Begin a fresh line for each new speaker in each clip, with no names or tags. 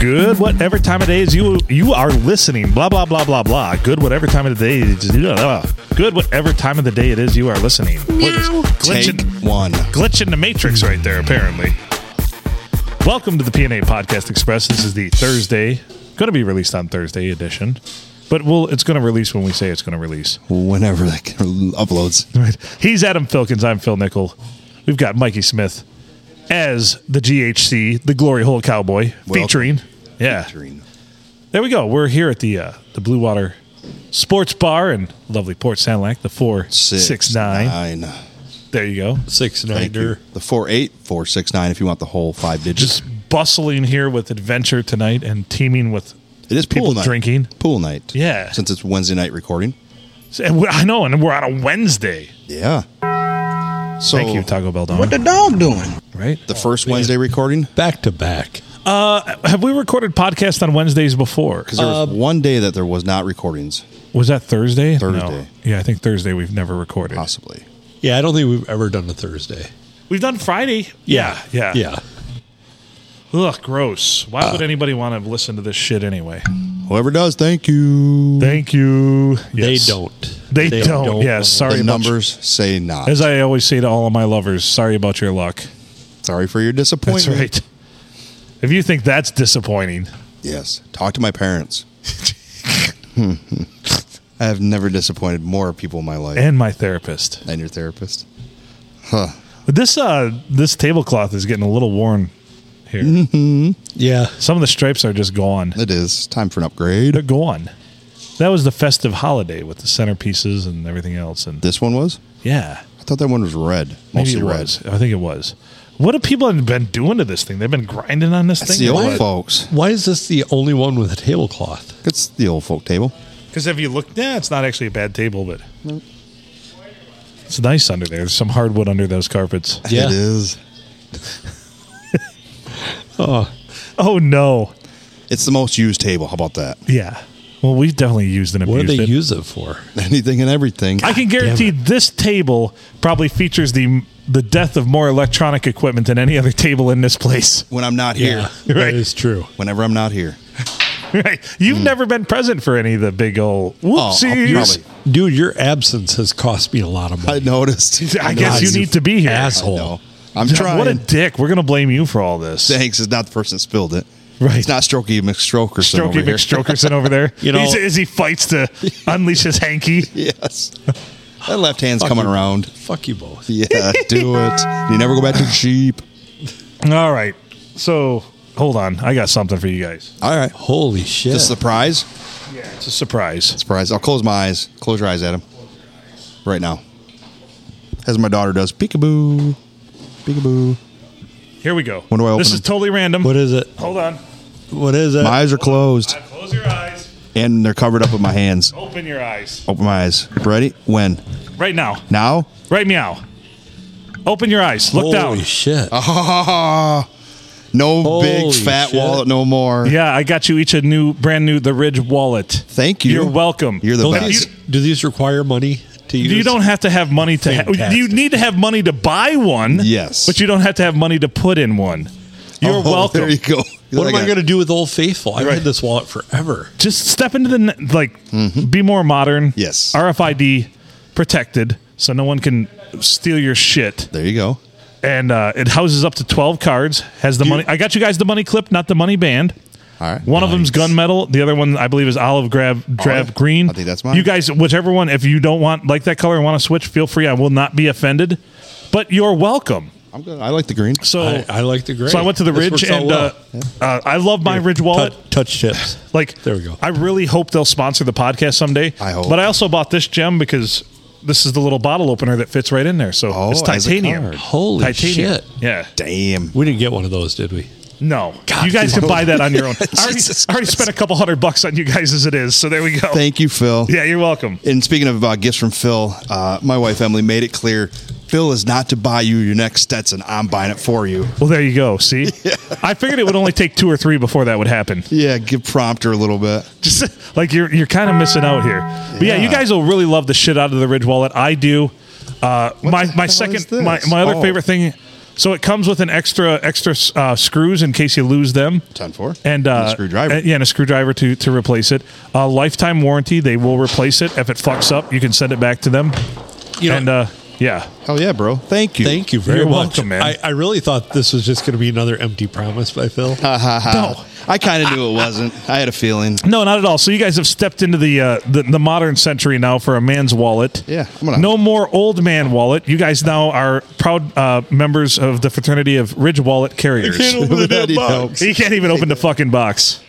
good whatever time of day is you you are listening. Blah blah blah blah blah. Good whatever time of the day. It is, blah, blah. Good whatever time of the day it is you are listening. Boy, there's glitch,
Take
in,
one.
glitch in the matrix right there. Apparently. Welcome to the PNA Podcast Express. This is the Thursday, going to be released on Thursday edition, but we'll it's going to release when we say it's going to release.
Whenever that uploads.
Right. He's Adam Filkins. I'm Phil Nickel. We've got Mikey Smith as the GHC, the Glory Hole Cowboy,
Welcome.
featuring. Yeah. There we go. We're here at the uh, the Blue Water Sports Bar in lovely Port Sanilac, the 469.
nine.
There you go.
six
Thank you.
nighter.
The four eight four six nine. If you want the whole five digits,
Just bustling here with adventure tonight and teeming with.
it is pool
pool
night.
drinking.
pool night.
Yeah.
since it's Wednesday night recording.
and we- I know, and we're on a Wednesday.
Yeah. So
Thank you, Taco Bell Don.
What the dog doing?
right?
the first Wednesday recording
Back to back.
Have we recorded podcasts on Wednesdays before?
because there was one day that there was not recordings,
Was that Thursday? No.
Thursday.
Yeah, I think Thursday we've never recorded.
possibly.
Yeah, I don't think we've ever done a Thursday.
We've done Friday. Yeah, yeah.
Yeah.
Ugh, gross. Why
Uh.
would anybody want to listen to this shit anyway?
Whoever does, thank you.
Thank you. Yes.
They don't.
They, don't.
want
Yes. Sorry
the
about your-
numbers say not.
As I always say to all of my lovers, sorry about your luck.
Sorry for your disappointment.
That's right. If you think that's disappointing,
Yes. Talk to my parents. I have never disappointed more people in my life
and my therapist,
than your therapist.
this uh this tablecloth is getting a little worn here.
Yeah.
Some of the stripes are just gone.
It is time for an upgrade.
They're gone. That was the festive holiday with the centerpieces and everything else, and
This one was?
yeah,
I thought that one was red.
maybe
Mostly
it
red.
was. I think it was. What have people been doing to this thing? They've been grinding on this
It's
thing
the old
What?
folks.
Why is this the only one with a tablecloth?
It's the old folk table.
Because if you look, yeah, it's not actually a bad table, but it's nice under there. There's some hardwood under those carpets.
Yeah.
It is.
Oh no!
It's the most used table. How about that?
Yeah. Well, we've definitely used and
What do
abused
they
it.
use it for?
Anything and everything.
I can guarantee this table probably features the the death of more electronic equipment than any other table in this place.
when I'm not here.
Right.
that is true.
Whenever I'm not here.
Right? You've never been present for any of the big old
Hmm. Oh, I'll
whoopsies.
probably-
Dude, your absence has cost me a lot of
I
money.
noticed.
I guess you
you
need to be here.
asshole.
No. I'm
God,
trying.
What a dick! We're gonna blame you for all this.
Thanks is not the person that spilled it.
Right.
It's not Strokey McStrokerson over
Strokey
here.
McStrokerson over there.
You know-
He's- as he fights to unleash his hanky.
Yes. That left hand's coming
you.
around.
Fuck you both.
Yeah, do it. You never go back to sheep.
All right. So hold on. I got something for you guys.
All right.
Holy shit.
This is the prize.
It's a surprise.
Prize. I'll close my eyes. Close your eyes, Adam. Right now. As my daughter does. Peekaboo. Peekaboo.
Here we go.
When do I open
this is
them?
totally random.
what is it?
Hold on.
What is it?
My eyes are closed
Close your eyes.
and they're covered up with my hands.
Open your eyes.
Open my eyes. Ready? When?
Right now.
Now?
Right meow. Open your eyes. Look
Holy
down.
shit.
Uh, no
Holy
big fat
shit.
wallet no more.
yeah, I got you each a new, brand new The Ridge wallet.
Thank you.
You're welcome.
You're the
Don't
best.
these, do these require money to use?
you don't have to have money to. Ha-
Fantastic.
you need to have money to buy one.
Yes.
but you don't have to have money to put in one. You're
Oh,
welcome.
There you go.
What am I
to
going to do with Old Faithful? I've
Right.
had this wallet forever.
just step into the ne- like be more modern
Mm-hmm. Yes.
rfid protected so no one can steal your shit
There you go.
and uh, it houses up to 12 cards has the money i got you guys the money clip not the money band
All right.
one of them's gunmetal. The other one, I believe, is olive grab, drab
Olive?
green.
I think that's mine.
You guys, whichever one, if you don't want like that color and want to switch, feel free. I will not be offended, but you're welcome.
I'm good. I like the green.
So
I, I like the gray.
so I went to the
This
Ridge
works out
and
well.
uh, uh, I love my Ridge wallet.
Tou- touch tips.
Like
There we go.
I really hope they'll sponsor the podcast someday.
I hope.
But I also bought this gem because this is the little bottle opener that fits right in there. So
Oh,
it's
as a
titanium.
card.
Holy
titanium.
shit.
Yeah.
Damn.
We didn't get one of those, did we?
No.
God,
you guys
dude.
can buy that on your own. I already,
Jesus
I already spent a couple hundred bucks on you guys as it is. So there we go.
Thank you, Phil.
yeah, you're welcome.
And speaking of uh, gifts from Phil, uh, my wife Emily made it clear Phil is not to buy you your next Stetson. I'm buying it for you.
Well, there you go. See? I figured it would only take two or three before that would happen.
Yeah, give prompt her a little bit.
just like you're you're kind of missing out here. But yeah, you
Yeah.
guys will really love the shit out of the Ridge Wallet. I do. Uh, my my
the hell is
second
this?
my, my other
Oh.
favorite thing So it comes with an extra extra uh, screws in case you lose them.
Ten four.
and, uh,
a screwdriver.
and- yeah, and a screwdriver to to replace it. A lifetime warranty. They will replace it if it fucks up. You can send it back to them.
You know-
and uh, yeah,
Hell Oh, yeah, bro. Thank you.
Thank you very
You're
much.
welcome, man.
I, I really thought this was just going to be another empty promise by Phil.
Uh, no, I kind of knew it wasn't. I had a feeling.
no, not at all. So you guys have stepped into the uh, the, the modern century now for a man's wallet.
Yeah, I'm gonna-
no more old man wallet. You guys now are proud uh, members of the fraternity of Ridge Wallet Carriers.
open the
That
damn box.
helps.
You can't even open the fucking box.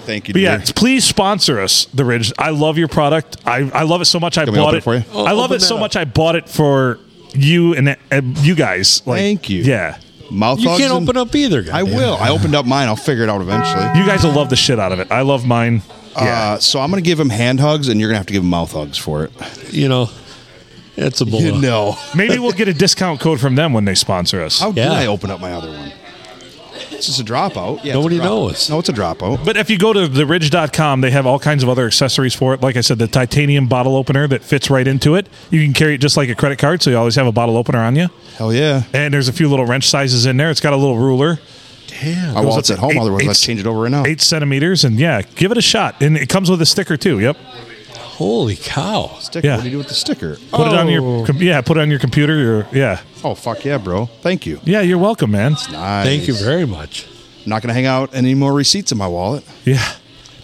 Thank you.
But yeah,
dear.
please sponsor us, The Ridge. I love your product. I, I love it so much. I
we
bought
open
it.
it for you?
I love
Oh, Open
it so
that up.
much. I bought it for you and, and you guys. Like,
Thank you.
Yeah,
Mouth
You
hugs
can't
and-
open up either.
I
goddamn.
will. I opened up mine. I'll figure it out eventually.
you guys will love the shit out of it. I love mine. Yeah,
Uh, so I'm gonna give him hand hugs, and you're gonna have to give him mouth hugs for it.
You know, it's a bull.
know.
maybe we'll get a discount code from them when they sponsor us.
How
Yeah.
did I open up my other one? It's just a dropout. Yeah, it's a
Nobody
dropout.
knows.
No, it's a dropout.
But if you go to theridge.com, they have all kinds of other accessories for it. Like I said, the titanium bottle opener that fits right into it. You can carry it just like a credit card, so you always have a bottle opener on you.
Hell yeah.
And there's a few little wrench sizes in there. It's got a little ruler.
I
Goes
well,
up
it's
to
at home.
eight-
otherwise,
eight-
let's change it over right now.
eight centimeters, and yeah, give it a shot. And it comes with a sticker too. Yep,
Holy cow.
Sticker.
yeah.
What do you do with the sticker?
put it on your com- yeah, put it on your computer. Or, yeah,
Oh fuck yeah, bro. Thank you.
yeah, you're welcome, man.
Nice.
Thank you very much.
I'm not gonna hang out any more receipts in my wallet.
Yeah,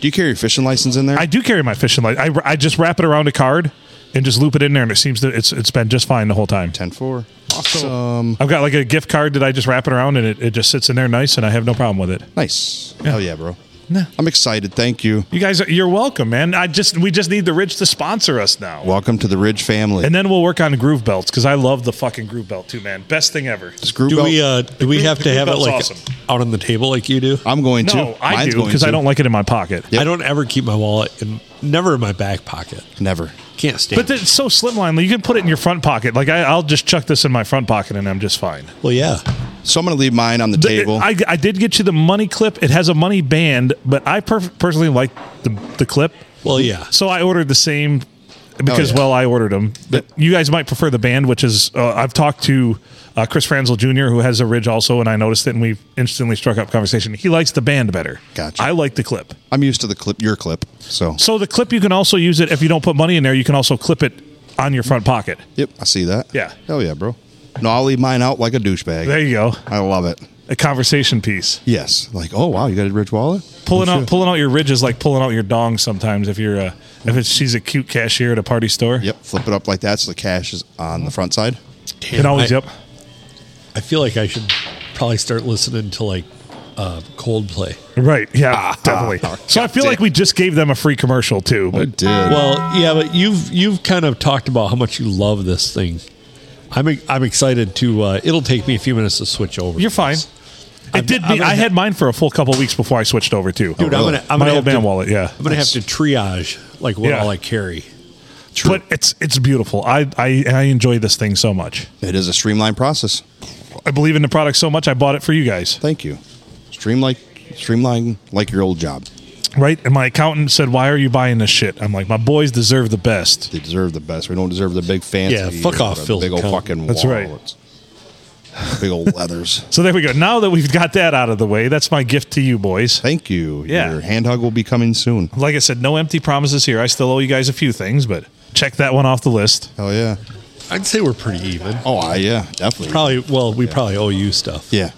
Do you carry your fishing license in there?
I do carry my fishing light. I, I just wrap it around a card and just loop it in there, and it seems that it's it's been just fine the whole time.
Ten four. Awesome.
I've got like a gift card that I just wrap it around, and it, it just sits in there nice, and I have no problem with it.
Nice. Hell yeah, bro.
Nah.
I'm excited. Thank you.
You guys, are, you're welcome, man. I just we just need the Ridge to sponsor us now.
Welcome to the Ridge family.
and then we'll work on groove belts because I love the fucking groove belt too, man. Best thing ever.
Screw
Do
belt.
we uh, do we have to
group
have it
belt's
like
awesome.
out on the table like you do?
I'm going to.
No, I
Mine's
do
going
because I
to.
don't like it in my pocket.
Yep.
I don't ever keep my wallet in never in my back pocket.
Never.
Can't stand.
But it's so slimline. You can put it in your front pocket. Like I, I'll just chuck this in my front pocket and I'm just fine.
it. Well, yeah.
So I'm going to leave mine on the table.
I, I did get you the money clip. It has a money band, but I perf- personally like the, the clip.
Well, yeah.
So I ordered the same because,
Oh, yeah.
well, I ordered them. But you guys might prefer the band, which is uh, I've talked to uh, Chris Franzel Jr., who has a Ridge also, and I noticed it, and we instantly struck up conversation. He likes the band better.
Gotcha.
I like the clip.
I'm used to the clip, your clip. So,
So the clip, you can also use it if you don't put money in there. You can also clip it on your front pocket.
yep, I see that.
Yeah.
Hell yeah, bro. No, I'll leave mine out like a douchebag.
There you go.
I love it.
A conversation piece.
Yes. Like, oh, wow, you got a rich wallet?
pulling out pulling out your ridge is like pulling out your dong sometimes if you're uh, if it's she's a cute cashier at a party store.
Yep. Flip it up like that so the cash is on the front side.
It always
I,
yep.
I feel like I should probably start listening to like uh, Coldplay.
Right. Yeah, definitely. so I feel like
Ah, damn.
we just gave them a free commercial too. But
did.
Well, yeah, but you've you've kind of talked about how much you love this thing. I'm e, I'm excited to. Uh, it'll take me a few minutes to switch over.
you're fine. It did
I'm
me.
gonna
I had
ha-
mine for a full couple weeks before I switched over too.
dude. I'm gonna. I'm
My old
gonna have
man
to,
wallet, yeah.
I'm gonna have to triage like what
Yeah.
all I carry.
But it's it's beautiful. I, I I enjoy this thing so much.
It is a streamlined process.
I believe in the product so much. I bought it for you guys.
Thank you. Streamline, streamline like your old job.
Right? And my accountant said, "Why are you buying this shit?" I'm like, "My boys deserve the best."
They deserve the best. We don't deserve the big fancy.
Yeah, fuck
or
off,
the
Phil
Big old
Cohen.
fucking
That's right.
wallets. Big old leathers.
So there we go. Now that we've got that out of the way, that's my gift to you boys.
Thank you.
Yeah.
Your hand hug will be coming soon.
like I said, no empty promises here. I still owe you guys a few things, but check that one off the list.
Hell yeah.
I'd say we're pretty even.
Oh, I, yeah, definitely.
Probably. Well, we probably owe you stuff.
Yeah.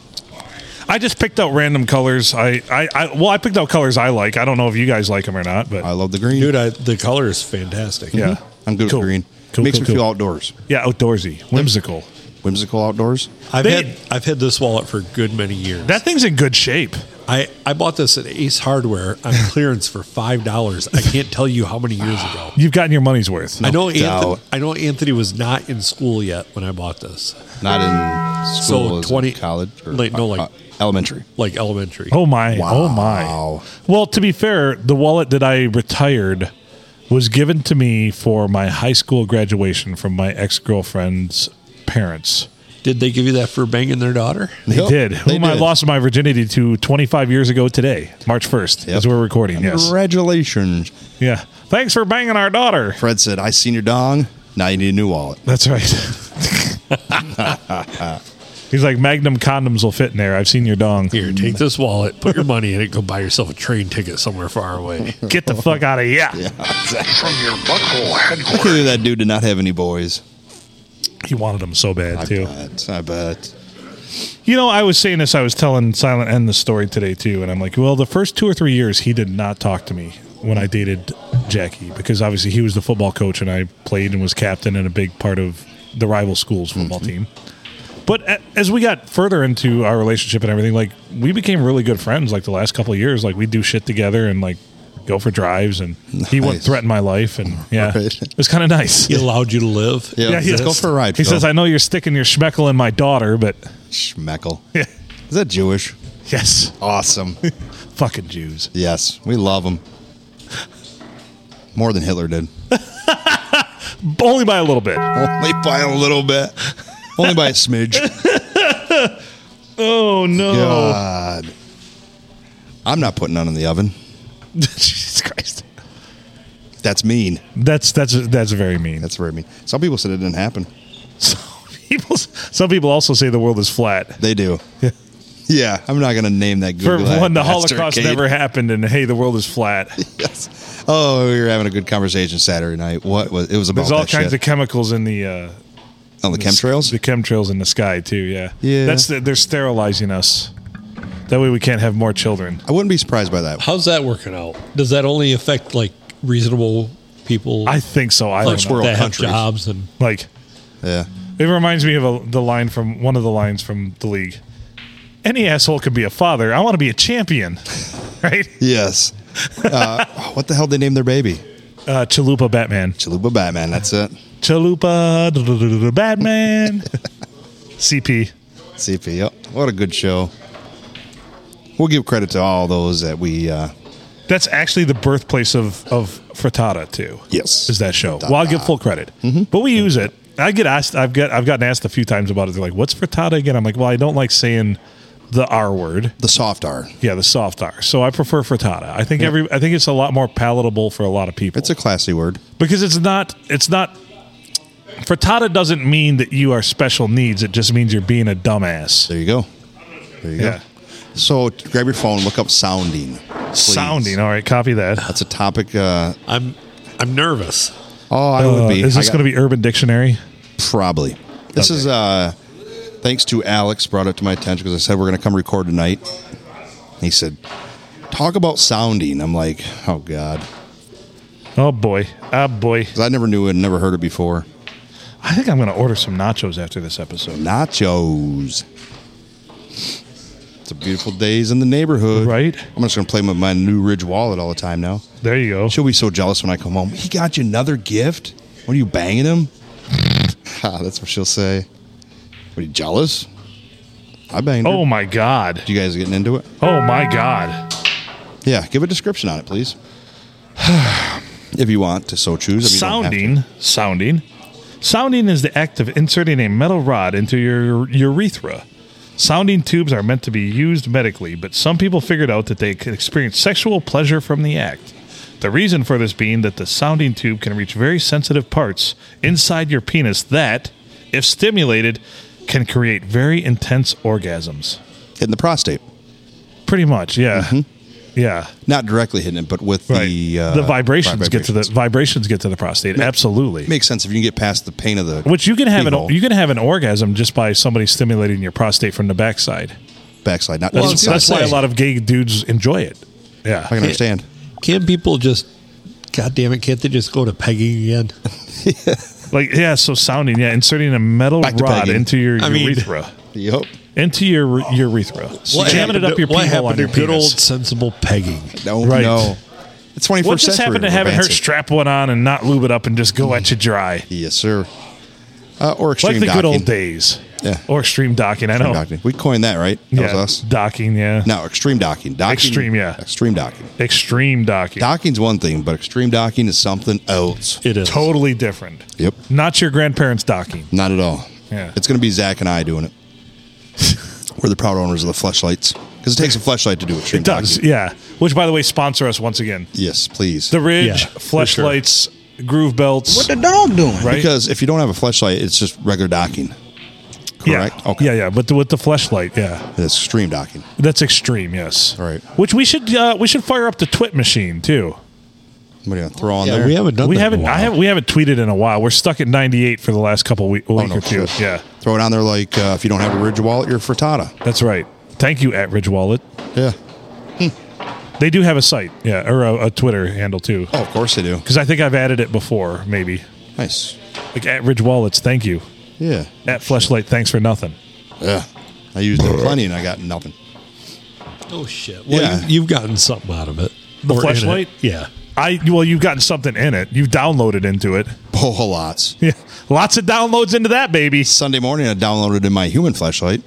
I just picked out random colors. I, I, I well, I picked out colors I like. I don't know if you guys like them or not, but
I love the green.
Dude, I, the color is fantastic.
yeah,
I'm good
Mm-hmm. Cool.
with green.
Cool,
Makes
cool,
me
cool.
feel outdoors.
yeah, outdoorsy, whimsical.
Whimsical outdoors.
I've
They-
had I've had this wallet for a good many years.
That thing's in good shape.
I, I bought this at Ace Hardware on clearance for five dollars. I can't tell you how many years ago.
You've gotten your money's worth.
I know Anthony,
doubt.
I know Anthony was not in school yet when I bought this,
Not in school.
So
as in
20
college. Or, uh,
like, no, like-
elementary.
like elementary.
Oh my! Oh
Wow.
my! Well, to be fair, the wallet that I retired was given to me for my high school graduation from my ex girlfriend's parents.
Did they give you that for banging their daughter?
They
Yep,
did.
they
Whom I
did.
lost my virginity to 25 years ago today, March 1st,
Yep.
as we're recording. Yes.
Congratulations.
Yeah. Thanks for banging our daughter.
Fred said, I seen your dong. Now you need a new wallet.
That's right. He's like, Magnum condoms will fit in there. I've seen your dong.
Here, take this wallet, put your money in it, go buy yourself a train ticket somewhere far away.
Get the fuck out of here.
From your butthole headquarters.
Clearly, that dude did not have any boys.
He wanted them so bad,
I
too.
bet. I bet.
You know, I was saying this, I was telling Silent N the story today too, and I'm like, well, the first two or three years he did not talk to me when I dated Jackie because obviously he was the football coach and I played and was captain and a big part of the rival school's
Mm-hmm.
football team. But a- as we got further into our relationship and everything, like we became really good friends. Like the last couple of years, like we do shit together and like go for drives, and he wouldn't
Nice.
threaten my life, and yeah,
Right.
it was kind of nice.
He allowed you to live.
Yeah,
he
let's
says-
go for a ride.
He
Phil.
says, "I know you're sticking your schmeckle in my daughter, but
Schmeckle.
yeah,
Is that Jewish?
yes."
Awesome.
Fucking Jews.
yes, we love them. More than Hitler did.
Only by a little bit.
Only by a little bit. Only by a smidge.
Oh no.
God. I'm not putting none in the oven.
Jesus Christ.
That's mean.
That's that's that's very mean.
That's very mean. Some people said it didn't happen.
Some people some people also say the world is flat.
They do. yeah, I'm not going to name that
For
good
one, the Holocaust never happened, and hey, the world is flat.
Yes. Oh, we were having a good conversation Saturday night. What was it was about
There's all
that
kinds of
shit.
chemicals in the uh,
on the chemtrails.
the chemtrails in the sky too. Yeah,
Yeah.
That's the, they're sterilizing us. That way we can't have more children.
I wouldn't be surprised by that.
How's that working out? Does that only affect like reasonable people?
I think so. I don't
First
know.
world
that have
countries.
jobs and
Like
Yeah.
It reminds me of a, the line from one of the lines from the league. Any asshole can be a father. I want to be a champion, right?
Yes. Uh, what the hell they named their baby?
Uh, Chalupa Batman.
Chalupa Batman. That's it.
Chalupa duh, duh, duh, duh, Batman. CP.
CP. Yep. What a good show. We'll give credit to all those that we. Uh,
That's actually the birthplace of of frittata too.
Yes.
is that show? Well, I'll give full credit,
Mm-hmm.
but we use it. I get asked. I've got. I've gotten asked a few times about it. They're like, "What's frittata again?" I'm like, "Well, I don't like saying the R word."
the soft R.
Yeah, the soft R. So I prefer frittata. I think every I think it's a lot more palatable for a lot of people
It's a classy word.
because it's not it's not frittata doesn't mean that you are special needs. It just means you're being a dumbass.
There you go. There you
Yeah,
go. So grab your phone, look up sounding. please.
sounding. All right, copy that.
That's a topic. Uh,
I'm I'm nervous.
oh, I would
Uh,
be.
is this going to be Urban Dictionary?
Probably. This is uh thanks to Alex brought it to my attention because I said we're going to come record tonight. He said, "Talk about sounding." I'm like, "Oh God,"
Oh boy, ah boy.
'Cause I never knew it, never heard it before.
I think I'm going to order some nachos after this episode.
Nachos. It's a beautiful days in the neighborhood,
Right?
I'm just going to play with my new Ridge wallet all the time now.
There you go.
She'll be so jealous when I come home. He got you another gift. What are you banging him? Ah, That's what she'll say. What are you jealous? I banged. her.
Oh my god.
You guys getting into it?
Oh my god.
Yeah, give a description on it, please. if you want to so choose. If you don't have to.
Sounding, sounding. Sounding is the act of inserting a metal rod into your urethra. Sounding tubes are meant to be used medically, but some people figured out that they could experience sexual pleasure from the act. The reason for this being that the sounding tube can reach very sensitive parts inside your penis that, if stimulated, can create very intense orgasms.
Hitting the prostate.
Pretty much, yeah. Yeah.
Not directly hitting it, but with
Right.
Mm-hmm. the.
The,
Uh,
vibrations, get to the
vibrations.
vibrations get to the prostate. Absolutely.
Makes sense if you can get past the pain of the.
Which you can have an
Keyhole.
you can have an orgasm just by somebody stimulating your prostate from the backside.
backslide. Not
Well,
That's,
just the
that's
side.
why a lot of gay dudes enjoy it.
I
Yeah,
can understand.
Can people just? God damn it! Can't they just go to pegging again?
like yeah. So sounding yeah, inserting a metal
Back to
rod
pegging.
into your
I mean-
urethra,
Yep.
into your urethra, jamming it up your
what
pee hole
happened
on
to
your
good
penis.
old sensible pegging?
No,
Right.
no. It's 21st
what just
century.
happened
we're
to having her
advancing.
strap one on and not lube it up and just go at you dry,
Yes, sir. Uh, or extreme
like the
docking.
good old days.
Yeah.
or extreme docking. I know.
Extreme docking. We coined that, right? That
yeah,
was us.
docking. Yeah,
No, extreme docking. docking.
Extreme, yeah.
Extreme docking.
extreme docking.
Docking's one thing, but extreme docking is something else.
It is
totally different.
Yep.
Not your grandparents docking.
Not at all.
Yeah.
It's going to be Zach and I doing it. We're the proud owners of the fleshlights because it takes a fleshlight to do it.
It does, yeah. Which, by the way, sponsor us once again.
Yes, please.
The Ridge,
Yeah, for
flashlights, groove belts.
the dog doing?
right?
because if you don't have a fleshlight, it's just regular docking. correct?
Yeah.
Okay.
Yeah, yeah, but the, with the fleshlight, yeah,
That's stream docking.
that's extreme. Yes.
All right.
Which we should uh, we should fire up the twit machine too.
What are you gonna throw on
Yeah,
there?
we haven't done
we
that
haven't.
in a
I
while.
haven't. We haven't tweeted in a while. We're stuck at 98 for the last couple week, week
Oh, no
or two.
shit.
Yeah,
Throw it on there like uh, if you don't have a Ridge wallet, you're frittata.
that's right. Thank you, at Ridge Wallet.
Yeah.
They do have a site, yeah, or a, a Twitter handle too.
Oh, of course they do.
Because I think I've added it before, maybe.
Nice.
Like at Ridge Wallets, thank you.
Yeah.
At Fleshlight, thanks for nothing.
Yeah. I used it plenty and I got nothing.
Oh shit! Well,
Yeah.
you, you've gotten something out of it.
The
Or in it.
flashlight?
Yeah.
I well, you've gotten something in it. You've downloaded into it.
Oh, lots.
Yeah, lots of downloads into that baby.
Sunday morning, I downloaded in my human flashlight.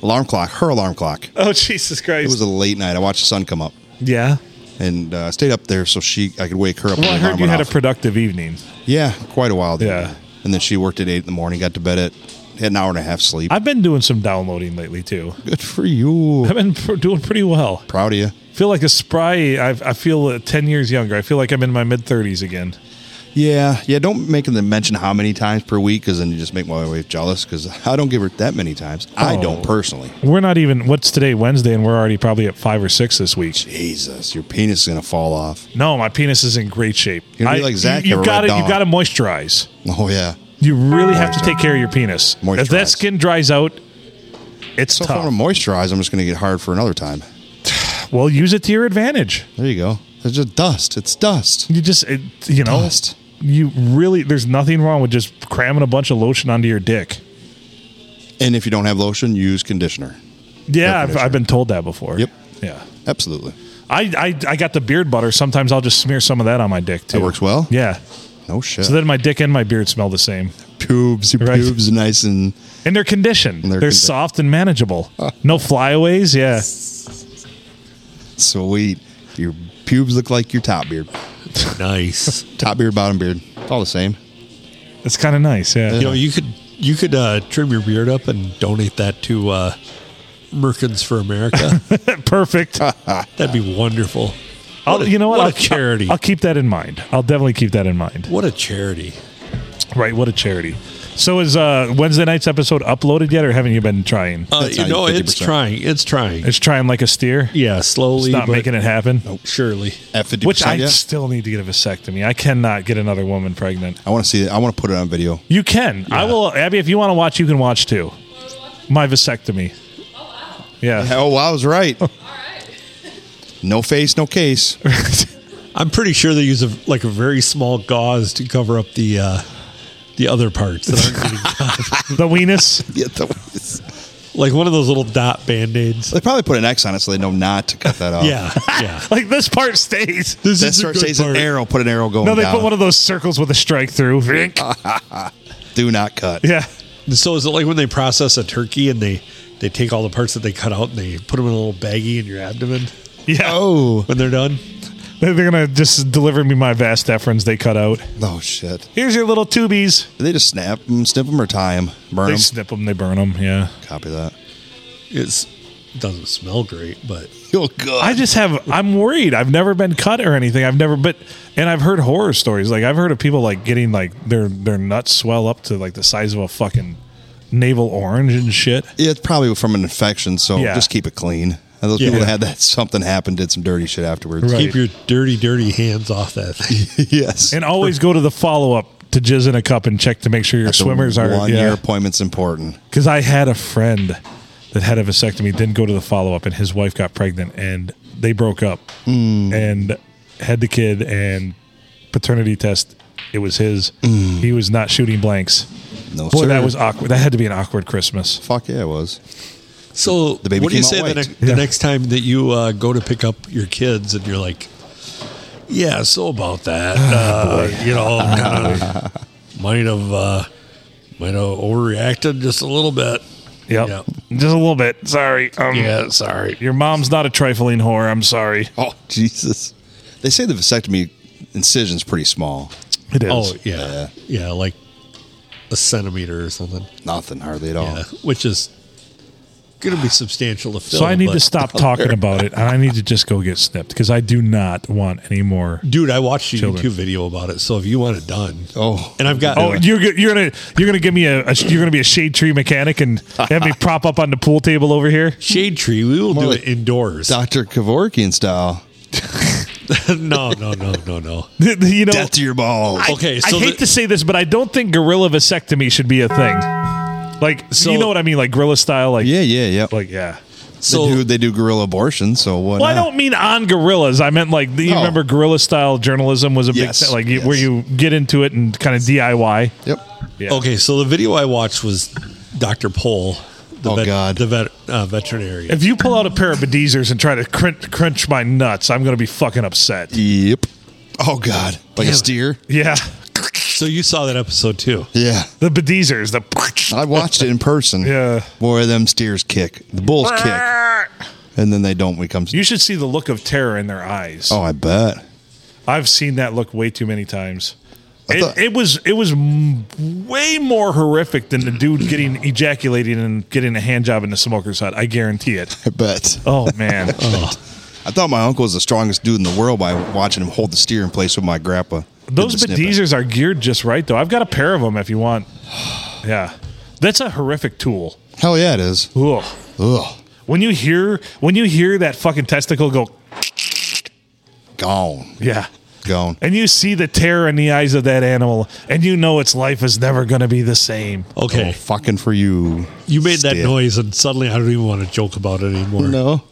alarm clock, her alarm clock.
Oh Jesus
It
Christ!
was a late night. I watched the sun come up
yeah.
and uh, stayed up there so she I could wake her up.
Well, I
when the
heard
alarm
you
went
had a
off.
productive evening.
yeah, quite a while. there.
Yeah.
And then she worked at eight in the morning. Got to bed at had an hour and a half sleep.
I've been doing some downloading lately too.
Good for you.
I've been pr- doing pretty well.
Proud of you.
feel like a spry. I've, I feel uh, ten years younger. I feel like I'm in my mid thirties again.
Yeah, yeah. Don't make them mention how many times per week, because then you just make my wife jealous. Because I don't give her that many times. I
Oh.
don't personally.
We're not even. What's today? Wednesday, and we're already probably at five or six this week.
Jesus, your penis is gonna fall off.
No, my penis is in great shape.
You're gonna be like Zach,
You,
have
you
a
got to.
red
You
dong.
got to moisturize.
Oh yeah.
You really have to take care of your penis. If that
Moisturize.
skin dries out, it's
So if I'm
tough.
gonna moisturize, I'm just gonna get hard for another time.
well, use it to your advantage.
There you go. It's just dust. It's dust.
You just, it, you know,
Dust.
you really. There's nothing wrong with just cramming a bunch of lotion onto your dick.
And if you don't have lotion, use conditioner.
Yeah, I've,
conditioner.
I've been told that before.
Yep.
Yeah.
Absolutely.
I, I I got the beard butter. Sometimes I'll just smear some of that on my dick too.
That works well?
Yeah.
No shit.
So then my dick and my beard smell the same,
pubes, your
Right.
pubes, are nice and
and they're conditioned.
And
they're
they're condi-
soft and manageable. No flyaways. Yeah.
sweet. Your pubes look like your top beard.
Nice.
Top beard, bottom beard, it's all the same.
It's kind of nice. Yeah.
you know, you could you could uh, trim your beard up and donate that to uh, Merkins for America.
Perfect.
That'd be wonderful.
I'll, you know what?
What a
I'll,
charity.
I'll, keep that in mind. I'll definitely keep that in mind.
What a charity!
Right. What a charity. So is uh, Wednesday night's episode uploaded yet, or haven't you been trying?
Uh,
That's
you
how
know,
you-
it's
50%.
trying. It's trying.
It's trying like a steer.
yeah, slowly.
It's not making it happen.
Surely.
At fifty
Which I
percent, I,
still need to get a vasectomy. I cannot get another woman pregnant.
I want to see it. I want to put it on video.
You can. I will, Abby. If you want to watch, you can watch too. My vasectomy. Yeah.
Oh, wow, I was right. no face, no case.
I'm pretty sure they use a, like a very small gauze to cover up the uh, the other parts that aren't getting
the weenus.
Yeah, that-
like one of those little dot band aids.
they probably put an X on it so they know not to cut that off.
Yeah, yeah.
Like this part stays.
This
That
is a
starts
good
says an
part.
arrow. Put an arrow going
No, they
down.
put one of those circles with a strike through. Vink.
Do not cut.
Yeah.
So is it like when they process a turkey and they they take all the parts that they cut out and they put them in a little baggie in your abdomen
Yeah.
Oh,
when they're done?
They're going to just deliver me my vast deferens they cut out.
oh shit!
Here's your little tubies.
They just snap them, snip them, or tie them, burn
They
them.
snip them, they burn them. Yeah.
Copy that.
It's, it doesn't smell great, but
Oh god!
I just have, I'm worried. I've never been cut or anything. I've never, but, and I've heard horror stories. Like, I've heard of people like getting like their, their nuts swell up to like the size of a fucking navel orange and shit.
Yeah, it's probably from an infection, so
Yeah.
just keep it clean. And those people
Yeah.
that had that something happened did some dirty shit afterwards.
Right.
keep your dirty, dirty hands off that thing.
yes.
And always go to the follow up to jizz in a cup and check to make sure your
The
swimmers are
one
yeah.
year appointment's important.
Because I had a friend that had a vasectomy, didn't go to the follow up, and his wife got pregnant, and they broke up and had the kid and paternity test. It was his. He was not shooting blanks.
No,
Boy,
sir.
that was awkward. That had to be an awkward Christmas.
fuck yeah, it was.
So
baby
what do you
came
say
out
the,
white.
ne- the
Yeah.
next time that you uh, go to pick up your kids and you're like, yeah, so about that, uh, you know, kind of might have uh, might have overreacted just a little bit.
Yep.
Yeah.
Just a little bit. Sorry. Um,
Yeah, sorry.
Your mom's not a trifling whore. I'm sorry.
Oh Jesus! They say the vasectomy incision's pretty small.
It is.
Oh yeah, yeah, like a centimeter or something.
Nothing hardly at all.
Yeah, which is going to be substantial to film.
So I need
but-
to stop talking about it, and I need to just go get snipped because I do not want any more.
Dude, I watched a
Children.
YouTube video about it. So if you want it done,
Oh.
and I've got
Oh, you're go- you're gonna you're gonna give me a, a you're gonna be a shade tree mechanic and have me prop up on the pool table over here.
shade tree. We will do
like
it indoors.
Dr. Kevorkian style.
no, no, no, no, no.
you know,
Death to your balls.
I-
Okay,
I
so
hate
the-
to say this, but I don't think gorilla vasectomy should be a thing. Like,
So-
you know what I mean, like gorilla style, like
yeah, yeah, yeah.
like yeah.
So
they do they do gorilla abortion, so what?
Well, I
not?
don't mean on gorillas. I meant like do you
Oh.
remember gorilla style journalism was a big
Yes,
thing, like you
yes.
where you get into it and kind of DIY.
Yep.
Yeah.
okay, so the video I watched was Dr. Pohl, the
Oh, God.
the vet, uh, veterinarian.
If you pull out a pair of bedeezers and try to crunch, crunch my nuts, I'm going to be fucking upset.
Yep. Oh God. Like a
Damn.
steer?
Yeah.
So you saw that episode too.
Yeah.
The bedeezers, the
I watched it in person.
Yeah.
Boy, them steers kick. The bulls kick. And then they don't when it comes
You should see the look of terror in their eyes.
Oh, I bet.
I've seen that look way too many times.
I
It,
thought-
it was it was m- way more horrific than the dude getting ejaculating and getting a hand job in the smoker's hut. I guarantee it.
I bet.
Oh man,
I thought my uncle was the strongest dude in the world by watching him hold the steer in place with my grandpa. Did
those
the snippet.
bedeezers are geared just right though. I've got a pair of them if you want. Yeah, that's a horrific tool.
Hell yeah, it is.
Ugh.
Ugh.
When you hear when you hear that fucking testicle go,
Gone.
yeah,
Gone.
and you see the terror in the eyes of that animal, and you know its life is never going to be the same.
Okay,
Oh,
Fucking for you.
you made that
Steer.
noise, and suddenly I don't even want to joke about it anymore.
No.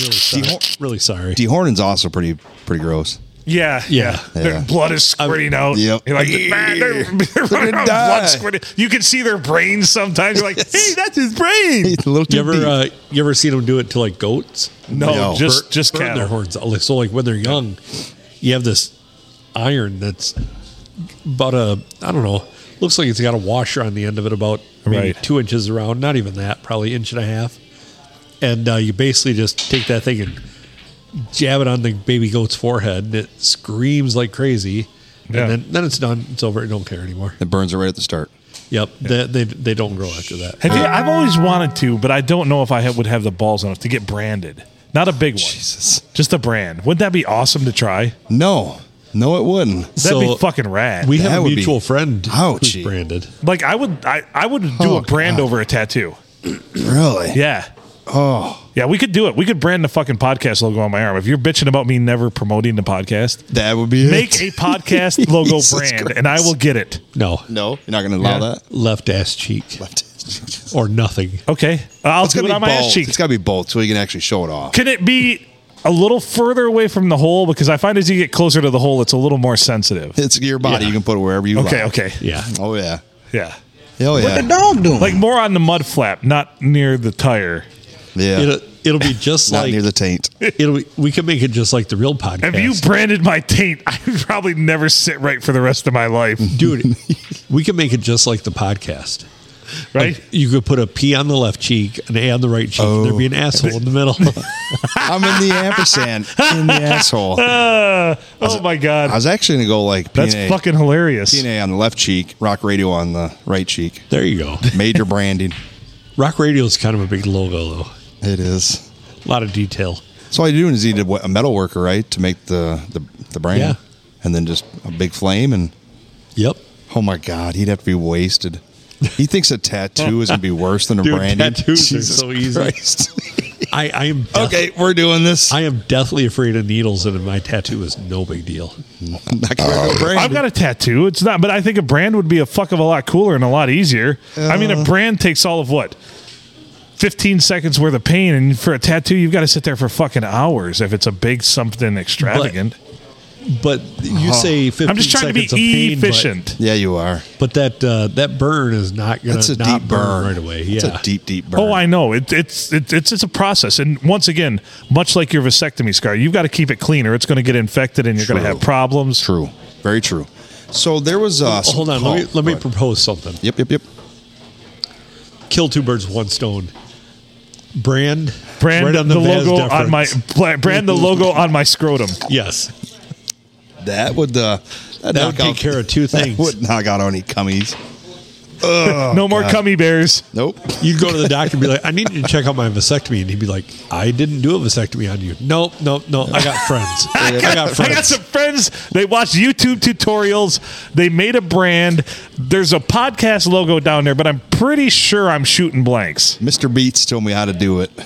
really sorry. Really sorry.
Dehorning's also pretty pretty gross.
Yeah,
Yeah.
Their
Yeah.
blood is squirting out.
Yep.
You're like, man, they're, they're running
gonna
out of
die."
blood squirting. You can see their brains sometimes. You're like, hey, that's his brain.
It's a little too
You ever
deep.
uh, you ever seen them do it to like goats?
No,
No.
just
Bur-
just
burn their
cattle.
horns. out. Like, So like when they're young, you have this iron that's about a I don't know. Looks like it's got a washer on the end of it, about maybe
Right.
two inches around. Not even that, probably inch and a half. And uh, you basically just take that thing and jab it on the baby goat's forehead, and it screams like crazy.
Yeah.
And then, then it's done. It's over. I don't care anymore.
It burns it right at the start.
Yep. They, they, they don't grow after that.
Have you, I've always wanted to, but I don't know if I have, would have the balls enough to get branded. Not a big one,
Jesus.
just a brand. Wouldn't that be awesome to try?
No. No, it wouldn't.
That'd
So,
be fucking rad.
We have
That
a
would be-
mutual friend
Ouchie.
who's branded.
like I would, I, I would do
Oh,
a brand
God.
over a tattoo.
Really?
Yeah,
Oh.
yeah, we could do it. We could brand the fucking podcast logo on my arm. If you're bitching about me never promoting the podcast,
That would be
make
it.
a podcast logo
Jesus
brand,
Christ.
and I will get it.
No.
No, you're not gonna allow
Yeah.
that?
left ass cheek
It's
or nothing.
Okay. I'll do
gotta
it
be
on my ass
bold.
cheek.
It's gotta be both so you can actually show it off.
Can it be a little further away from the hole? Because I find as you get closer to the hole, it's a little more sensitive.
It's your body,
Yeah.
you can put it wherever you
Okay,
like.
okay.
Yeah.
Oh yeah.
Yeah.
Hell yeah.
Like more on the mud flap, not near the tire.
yeah.
It'll, it'll be just
not
like
near the taint.
it'll be, we can make it just like the real podcast.
If you branded my taint, I would probably never sit right for the rest of my life.
dude, we can make it just like the podcast.
Right?
You could put a P on the left cheek, an A on the right cheek, and there'd
Oh.
be an asshole in the middle.
I'm in the ampersand. in the asshole. I
Uh, oh my God.
was actually gonna go like
That's
PNA,
fucking hilarious.
PNA on the left cheek, rock radio on the right cheek.
there you go.
Major branding.
Rock Radio is kind of a big logo though.
It is.
A lot of detail.
So all you do is you need a, a metal worker, right, to make the the, the brand,
Yeah.
and then just a big flame, and
Yep.
oh my god, he'd have to be wasted. He thinks a tattoo is gonna be worse than a
Dude,
branding.
tattoos are so easy.
easy.
I, I am death-
okay, we're doing this.
I am deathly afraid of needles, and my tattoo is no big deal.
I'm not gonna go brand.
I've got a tattoo. It's not, but I think a brand would be a fuck of a lot cooler and a lot easier. I mean,
Uh.
a brand takes all of what? 15 seconds worth of pain. And for a tattoo, you've got to sit there for fucking hours if it's a big something extravagant.
But you say 15
Oh. I'm just trying to be
seconds of pain, but-
efficient.
yeah, you are.
But that uh, that burn is not going
That's a
to Uh, not
deep
burn
burn
right away. Yeah,
It's a deep, deep burn.
Oh, I know. It, it's it, it's it's a process, and once again, much like your vasectomy scar, you've got to keep it clean, or it's going to get infected, and you're going to
True.
have problems.
True. Very true. So there was. Uh, some-
Hold on,
oh,
let me let
go
me
ahead.
propose something.
Yep, yep, yep.
Kill two birds with one stone. Brand,
Brand
right on
the,
the, Vaz
logo on my
difference.
bla- brand the logo on my scrotum.
yes.
That would uh,
That would take care of two
that
things.
Would knock out any cummies.
Oh,
no more cummy bears.
Nope.
You'd go to the doctor and be like, I need you to check out my vasectomy. And he'd be like, I didn't do a vasectomy on you. Nope, nope, no. I got friends. I got friends.
I got some friends. They watch YouTube tutorials. They made a brand. There's a podcast logo down there, but I'm pretty sure I'm shooting blanks.
Mr. Beats told me how to do it.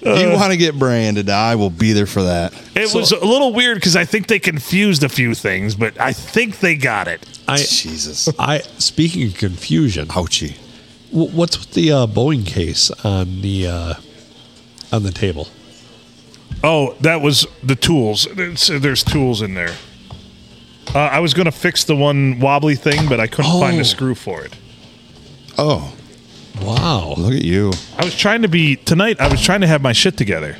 if you want to get branded, I will be there for that.
It was a little weird because I think they confused a few things, but I think they got it.
I,
Jesus.
I, speaking of confusion,
Ouchie.
wh- what's with the uh, Boeing case on the uh, on the table?
Oh, that was the tools. There's, there's tools in there. Uh, I was going to fix the one wobbly thing, but I couldn't find
Oh.
a screw for it.
Oh,
Wow.
look at you.
I was trying to be tonight. I was trying to have my shit together.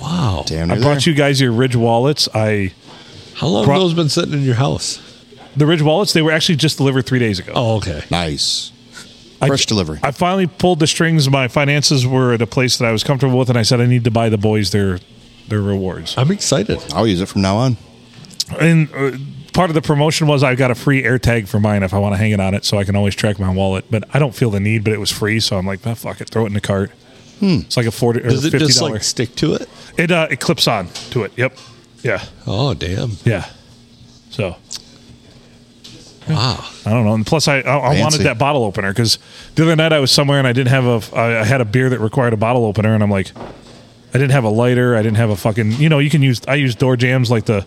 Wow.
Damn,
I
you're
brought
there.
you guys your Ridge wallets. I
How long
Bro-
have those been sitting in your house?
the Ridge wallets. They were actually just delivered three days ago.
Oh, okay.
Nice.
I-
Fresh delivery.
I finally pulled the strings. My finances were at a place that I was comfortable with, and I said I need to buy the boys their their rewards.
I'm excited.
I'll use it from now on.
And uh, part of the promotion was I got a free AirTag for mine if I want to hang it on it, so I can always track my wallet. But I don't feel the need. But it was free, so I'm like, "Ah, fuck it, throw it in the cart. It's like a forty or
Hmm. Does it
fifty
just
dollar.
like stick to it?
it uh, it clips on to it. Yep. Yeah.
Oh, damn.
Yeah. So
Wow.
I don't know. And plus, I I, I wanted
Fancy.
that bottle opener because the other night I was somewhere and I didn't have a I, I had a beer that required a bottle opener, and I'm like, I didn't have a lighter. I didn't have a fucking you know you can use I use door jams like the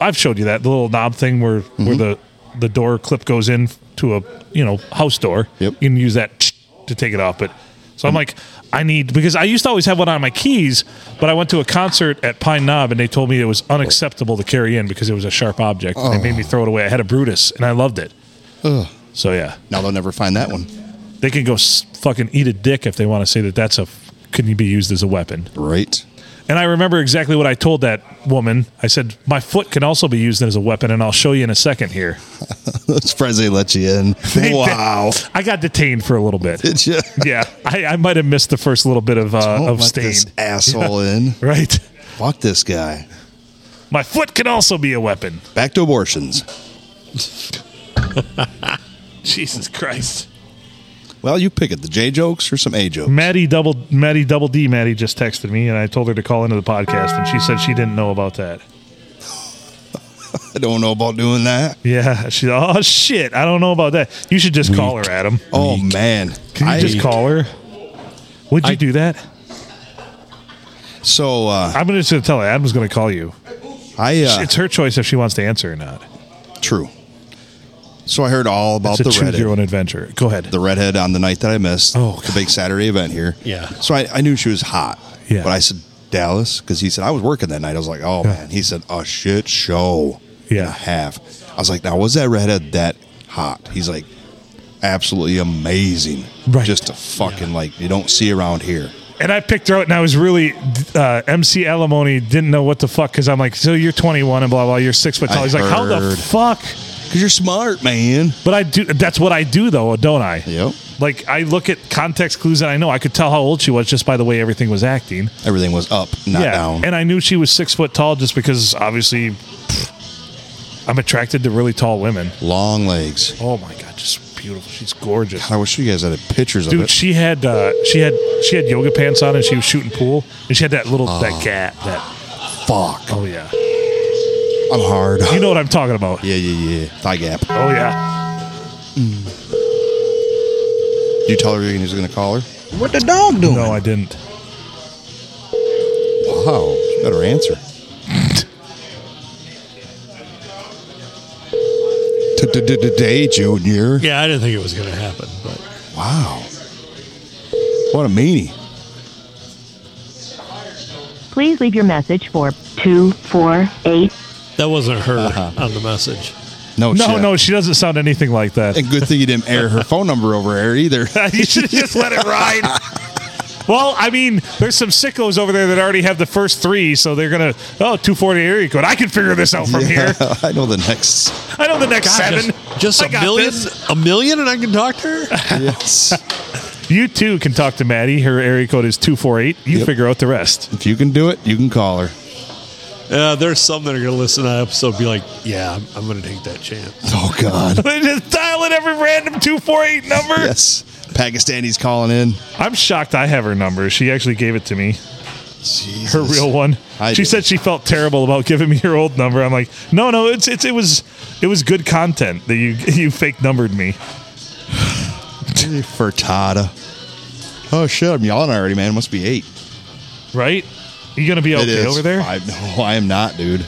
I've showed you that the little knob thing where where the the door clip goes in to a you know house door.
Yep.
You can use that to take it off, but so I'm like. I need because I used to always have one on my keys, but I went to a concert at Pine Knob and they told me it was unacceptable to carry in because it was a sharp object. and They made me throw it away. I had a Brutus and I loved it. So yeah,
Now they'll never find that one.
they can go s- fucking eat a dick if they want to say that that's a f- couldn't be used as a weapon.
Right.
And I remember exactly what I told that woman. I said my foot can also be used as a weapon, and I'll show you in a second here.
Those friends they let you in. Wow.
I got detained for a little bit.
Did you?
yeah, I, I might have missed the first little bit of uh,
Don't
of
let
stain.
this asshole in.
Right,
Fuck this guy.
my foot can also be a weapon.
Back to abortions.
Jesus Christ.
Well, you pick it. The J jokes or some A jokes.
Maddie double Maddie double D Maddie just texted me and I told her to call into the podcast and she said she didn't know about that.
I don't know about doing that.
Yeah, she oh shit, I don't know about that. You should just call her, Adam.
Oh man.
Can you
I-
just call her? Would you
I-
do that?
So uh,
I'm just going to tell her. Adam's going to call you.
I uh,
It's her choice if she wants to answer or not.
true. So I heard all
It's
about
a
the
choose
redhead,
your own adventure. Go ahead.
the redhead on the night that I missed
Oh,
the big Saturday event here.
Yeah.
So I, I knew she was hot.
Yeah.
But I said Dallas because he said I was working that night. I was like, oh man. He said a shit show. and
Yeah.
a half. I was like, now was that redhead that hot? He's like, absolutely amazing.
Right.
Just a fucking like you don't see around here.
and I picked her out, and I was really uh, MC Alimony didn't know what the fuck because I'm like, so you're 21 and blah blah. You're six foot tall.
I
He's like, how the
heard.
fuck?
Cause you're smart, man.
But I do. That's what I do, though, don't I?
Yep.
Like I look at context clues, and I know I could tell how old she was just by the way everything was acting.
Everything was up, not down.
And I knew she was six foot tall just because obviously I'm attracted to really tall women.
Long legs.
Oh my god, just beautiful. She's gorgeous.
I wish you guys had pictures of
Dude,
it.
she had uh, she had she had yoga pants on and she was shooting pool and she had that little
Oh.
that gap that
Fuck.
oh yeah.
I'm hard.
You know what I'm talking about.
Yeah, yeah, yeah. Thigh gap. Did
Oh yeah.
you tell her you was gonna call her?
What the dog doing?
No, I didn't.
Wow. she Better answer. Today, Junior.
Yeah, I didn't think it was going to happen, but
Wow. What a meanie.
Please leave your message for 248.
that wasn't her on the message.
No,
No,
shit.
no, she doesn't sound anything like that.
And good thing you didn't air her phone number over air either.
you should have just let it ride. Well, I mean, there's some sickos over there that already have the first three, so they're gonna oh 240 area code. I can figure this out from here.
I know the next.
I know the next seven.
Just, just
I
a
got
million,
this.
a million, and I can talk to her.
Yes.
You too can talk to Maddie. Her area code is two four eight. You
Yep.
figure out the rest.
if you can do it, you can call her.
Yeah, there's some that are going to listen to that episode and be like, yeah, I'm, I'm going to take that chance.
Oh God.
They just dial in every random 248 number.
yes. Pakistani's calling in.
I'm shocked I have her number. She actually gave it to me,
Jesus.
her real one.
I
she
do.
said she felt terrible about giving me her old number. I'm like, no, no, it's, it's it was it was good content that you you fake numbered me.
Furtada. Oh shit! I'm yelling already, man. It must be eight.
Right? You gonna be
It
okay
is
over there?
five- no, I am not, dude.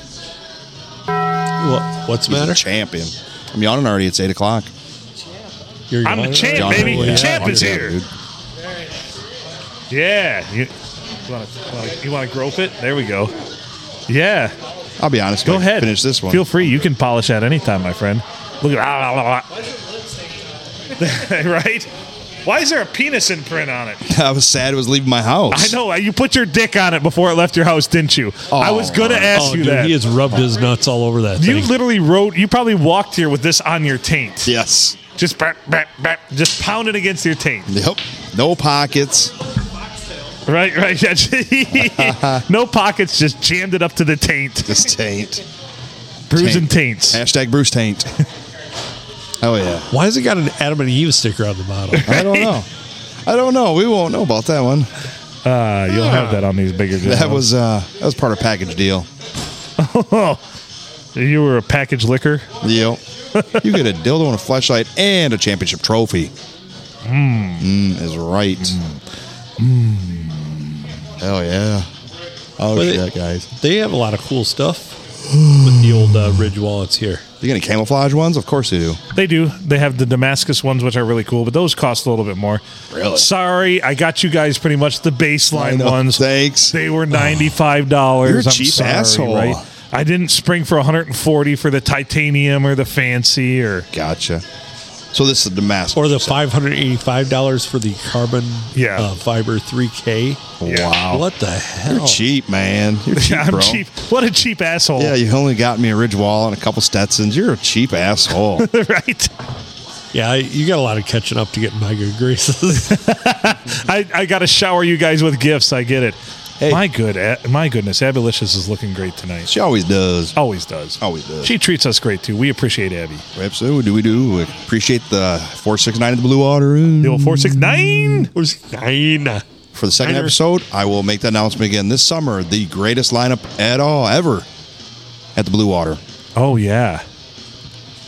What, what's
He's
the
a
matter?
champion. I'm yawning already. It's eight o'clock.
You're
I'm the
going-
champ,
Yawning
baby.
already.
The champ
Yeah,
is here.
dude.
Yeah. You, you wanna wanna- you wanna grope it? There we go. Yeah.
I'll be honest.
Go
I
ahead.
Finish this one.
Feel free. You can polish that anytime, my friend. Look at right. Why is there a penis imprint on it?
I was sad. It was leaving my
I
house.
know you put your dick on it before it left your house, didn't you? I was gonna ask
Oh,
you
dude,
that.
he has rubbed his nuts all over that
you
thing.
literally wrote. You probably walked here with this on your taint.
Yes.
Just brap, brap, brap, just pounding against your taint.
Yep. No pockets.
Right, right. yeah. no pockets. Just jammed it up to the taint.
Just taint.
Bruising
Taint.
taints.
Hashtag Bruce Taint. oh yeah.
Why has it got an Adam and Eve sticker on the bottom?
I don't know. I don't know. We won't know about that one.
Uh, you'll have that on these bigger.
That
journals.
was uh that was part of package deal.
You were a package liquor.
Yep. you get a dildo and a flashlight and a championship trophy.
Hmm.
Mm. is right. Hmm. Hell yeah. Oh
But
shit,
it-
guys.
They have a lot of cool stuff with the old uh, Ridge wallets here.
You getting camouflage ones? Of course you do.
They do. They have the Damascus ones, which are really cool, but those cost a little bit more.
Really?
Sorry, I got you guys pretty much the
I
baseline
know.
ones.
Thanks.
They were ninety five dollars.
You're a cheap asshole.
I didn't spring for one hundred and forty for the titanium or the fancy or
Gotcha. So this is the mask.
Or the $585 for the carbon
Yeah.
uh, fiber 3K.
Yeah.
Wow.
What Oh. the hell?
You're cheap, man. You're cheap,
I'm
bro.
cheap. What a cheap asshole!
Yeah, you only got me a Ridge Wall and a couple Stetsons. You're a cheap asshole.
right.
Yeah, I- you got a lot of catching up to get in my good graces.
I, I got to shower you guys with gifts. I get it.
Hey.
My good, a- my goodness, Abbilicious is looking great tonight.
she always does.
Always does.
Always does.
She treats us great too. We appreciate Abby.
Absolutely. Do we do? We appreciate the 469 of the Blue Water. Room.
The old four six nine.
Nine.
For the second
Niner.
episode, I will make the announcement again this summer. The greatest lineup at all ever at the Blue Water.
Oh yeah.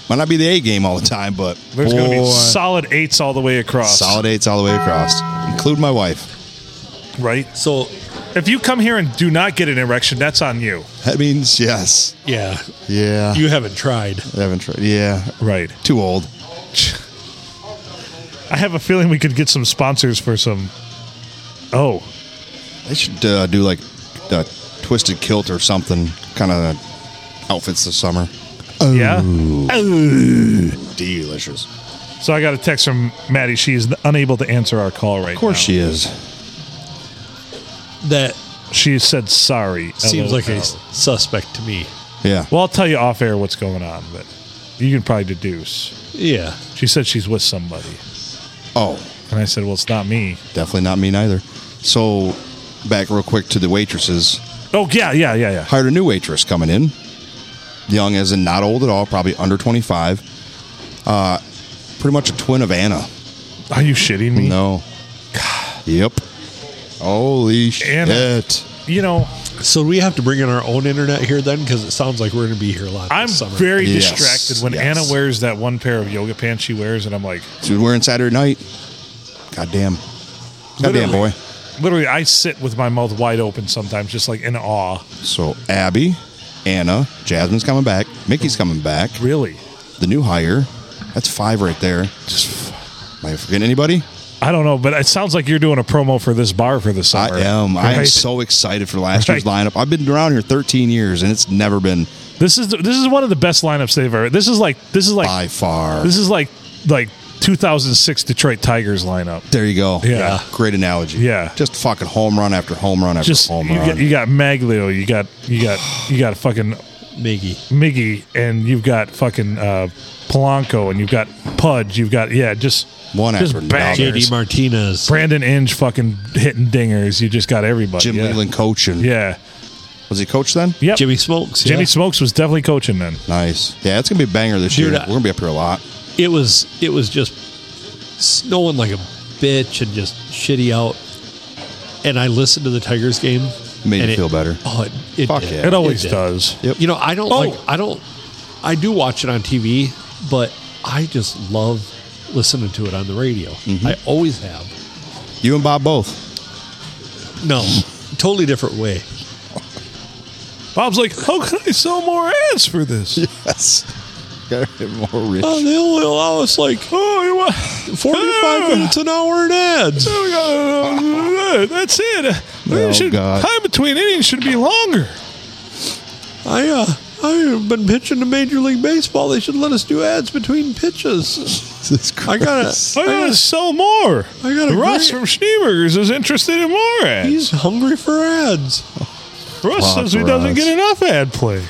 Might not be the A game all the time, but
There's going to be
boy,
solid eights all the way across.
solid eights all the way across, include my wife.
Right?
So,
If you come here and do not get an erection, that's on you.
That means yes.
yeah,
Yeah.
you haven't tried.
I haven't tried. Yeah.
Right.
Too old.
I have a feeling we could get some sponsors for some. Oh,
They should uh, do like the twisted kilt or something kind of outfits this summer.
yeah.
Delicious.
So I got a text from Maddie. She is unable to answer our call right now.
Of course she is.
That
She said sorry.
seems like a
LOL.
s- suspect to me.
Yeah.
Well, I'll tell you off air what's going on, but you can probably deduce.
Yeah.
She said she's with somebody.
Oh,
And I said, well, it's not me.
definitely not me neither. So back real quick to the waitresses.
Oh, yeah, yeah, yeah, yeah.
hired a new waitress coming in, young as in not old at all, probably under 25. Uh, pretty much a twin of Anna.
Are you shitting me?
No. Yep. Holy shit.
You know,
So, do we have to bring in our own internet here then? Because it sounds like we're going to be here a lot.
I'm
this summer.
very
Yes,
distracted when
yes.
Anna wears that one pair of yoga pants she wears, and I'm like,
Dude, we're in Saturday night. Goddamn. Goddamn, boy.
Literally. literally, I sit with my mouth wide open sometimes, just like in awe.
So Abby, Anna, Jasmine's coming back. Mickey's coming back.
Really,
The new hire. That's five right there. Just, am I forgetting anybody?
I don't know, but it sounds like you're doing a promo for this bar for the summer.
I am. I am
right?
so excited for last year's
Right.
lineup. I've been around here 13 years and it's never been
This is this is one of the best lineups they've ever. This is like this is like
by far.
this is like like 2006 Detroit Tigers lineup.
There you go.
Yeah.
Great analogy.
Yeah.
Just fucking home run after home run after
Just
home
you
run.
got, you got Maglio, you got you got you got fucking
Miggy.
Miggy, and you've got fucking uh, Polanco, and you've got Pudge, you've got yeah, just
One
just
after
bangers.
another.
JD Martinez.
Brandon Inge fucking hitting dingers. You just got everybody.
Jim
yeah.
Leland coaching.
Yeah.
Was Was he coach then?
Yep.
Jimmy Smokes.
Jimmy
yeah.
Smokes was definitely coaching then.
Nice. Yeah, it's gonna be a banger this
Dude,
year.
I-
We're gonna be up here a lot.
It was it was just snowing like a bitch and just shitty out. And I listened to the Tigers game.
Made
and
you
it-
feel better.
Oh, it, it
Fuck
did.
yeah.
It always
did.
does.
Yep.
You know, I don't
Oh.
like I don't I do watch it on TV, but I just love listening to it on the radio. I always have.
You and Bob both.
No, totally different way.
Bob's like, how can I sell more ads for this?
Yes. Gotta get more rich.
Oh, they only allow us like
Oh, you want?
minutes an hour in ads.
Oh, God. That's it.
Oh,
Should-
God.
Time between innings should be longer.
I uh, I've been pitching to Major League Baseball. They should let us do ads between pitches.
Jesus
I gotta-
Christ.
I gotta sell more.
I gotta
Russ
agree.
from Schneebergers is interested in more ads.
He's hungry for ads.
Russ
Fuck
says he doesn't
Russ.
get enough ad play.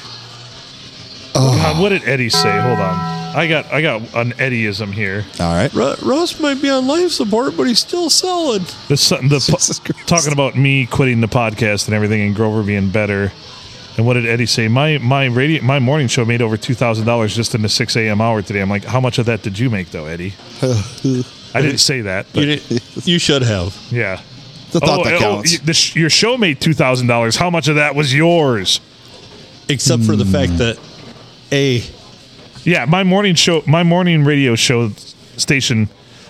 God, what did Eddie say? Hold on. I got I got an Eddieism here.
All right.
Ru- Russ might be on life support, but he's still selling.
The, son- the po-
Jesus Christ.
talking about me quitting the podcast and everything, and Grover being better. And what did Eddie say? My my radio my morning show made over two thousand dollars just in the six a.m. hour today. I'm like, how much of that did you make though, Eddie? I didn't say that, but
You, didn't- you should have.
yeah.
The thought that
oh,
counts.
y- the sh- your show made two thousand dollars. How much of that was yours?
Except for the fact that A,
Yeah, my morning show, my morning radio show station,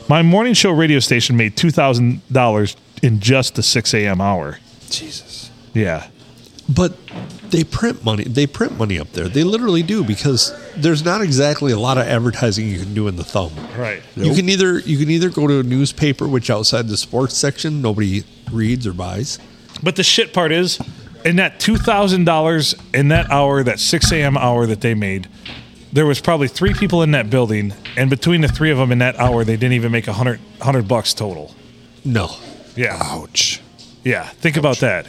my morning show radio station made two thousand dollars in just the six a.m. hour.
Jesus.
Yeah,
but they print money. They print money up there. They literally do because there's not exactly a lot of advertising you can do in the thumb.
right.
You can either you can either go to a newspaper, which outside the sports section nobody reads or buys.
But the shit part is, in that two thousand dollars in that hour, that six a.m. hour that they made, there was probably three people in that building, and between the three of them in that hour, they didn't even make a hundred hundred bucks total.
No,
Yeah,
Ouch.
yeah. Think about that.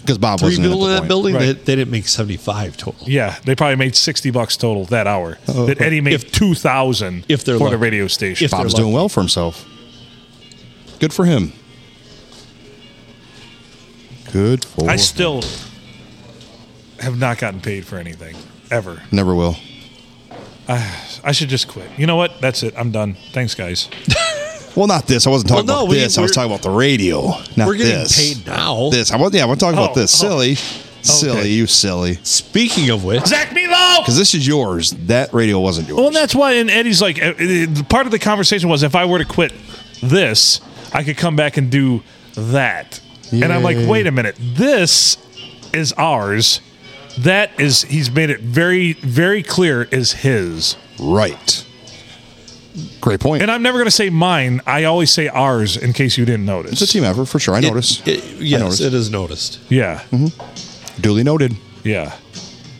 Because Bob
three
wasn't in at
people
the
in that
point.
building
Right.
that they, didn't make seventy five total.
Yeah, they probably made sixty bucks total that hour.
Oh,
that Eddie made two thousand
if
for
they're
the
lucky.
radio station.
If they're
Bob's doing
lucky.
well for himself. Good for him. Good for.
I still have not gotten paid for anything ever.
never will.
I should just quit. You know what? That's it. I'm done. Thanks, guys.
Well, not this. I wasn't talking
Well, no,
about
we-
this. I was
we're-
talking about the radio. Not
We're getting
this.
paid now.
This. I was. Yeah, I'm talking
Oh,
about this.
oh.
Silly, silly, you silly.
Speaking of which,
Zach Meatloaf.
Because this is yours. That radio wasn't yours.
Well, and that's why. And Eddie's like, uh, uh, part of the conversation was if I were to quit this, I could come back and do that. And I'm like,
Yay.
wait a minute. This is ours. That is, he's made it very, very clear is his.
right. Great point.
And I'm never going to say mine. I always say ours in case you didn't notice.
it's a team effort for sure. I
it-
noticed.
it-
I
yes,
noticed.
it is noticed.
Yeah.
Duly noted.
Yeah.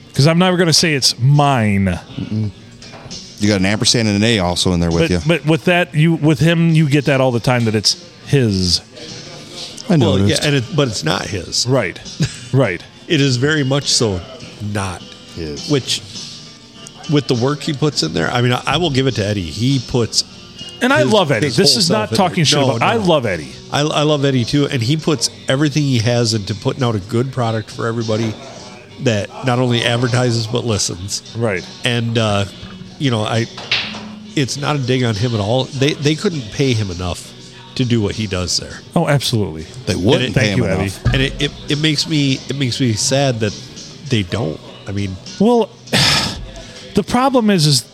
Because I'm never going to say it's mine.
You got an ampersand and an A also in there with
But
you.
but with that you with him you get that all the time that it's his.
I
Well,
noticed.
yeah, and it, but it's not his.
Right. right.
It is very much so not
His.
Which, with the work he puts in there, I mean, I, I will give it to Eddie. He puts
And I
His-
love Eddie.
his
This
whole
is
self
not talking
in
shit
there. No,
about I
no.
love Eddie.
I, I love Eddie too, and he puts everything he has into putting out a good product for everybody that not only advertises but listens.
Right.
And uh, you know, I it's not a dig on him at all. They they couldn't pay him enough to do what he does there,
Oh, absolutely.
They wouldn't
Thank
pay him
you, Abby.
enough.
and it, it, it makes me it makes me sad that they don't. I mean,
Well, the problem is is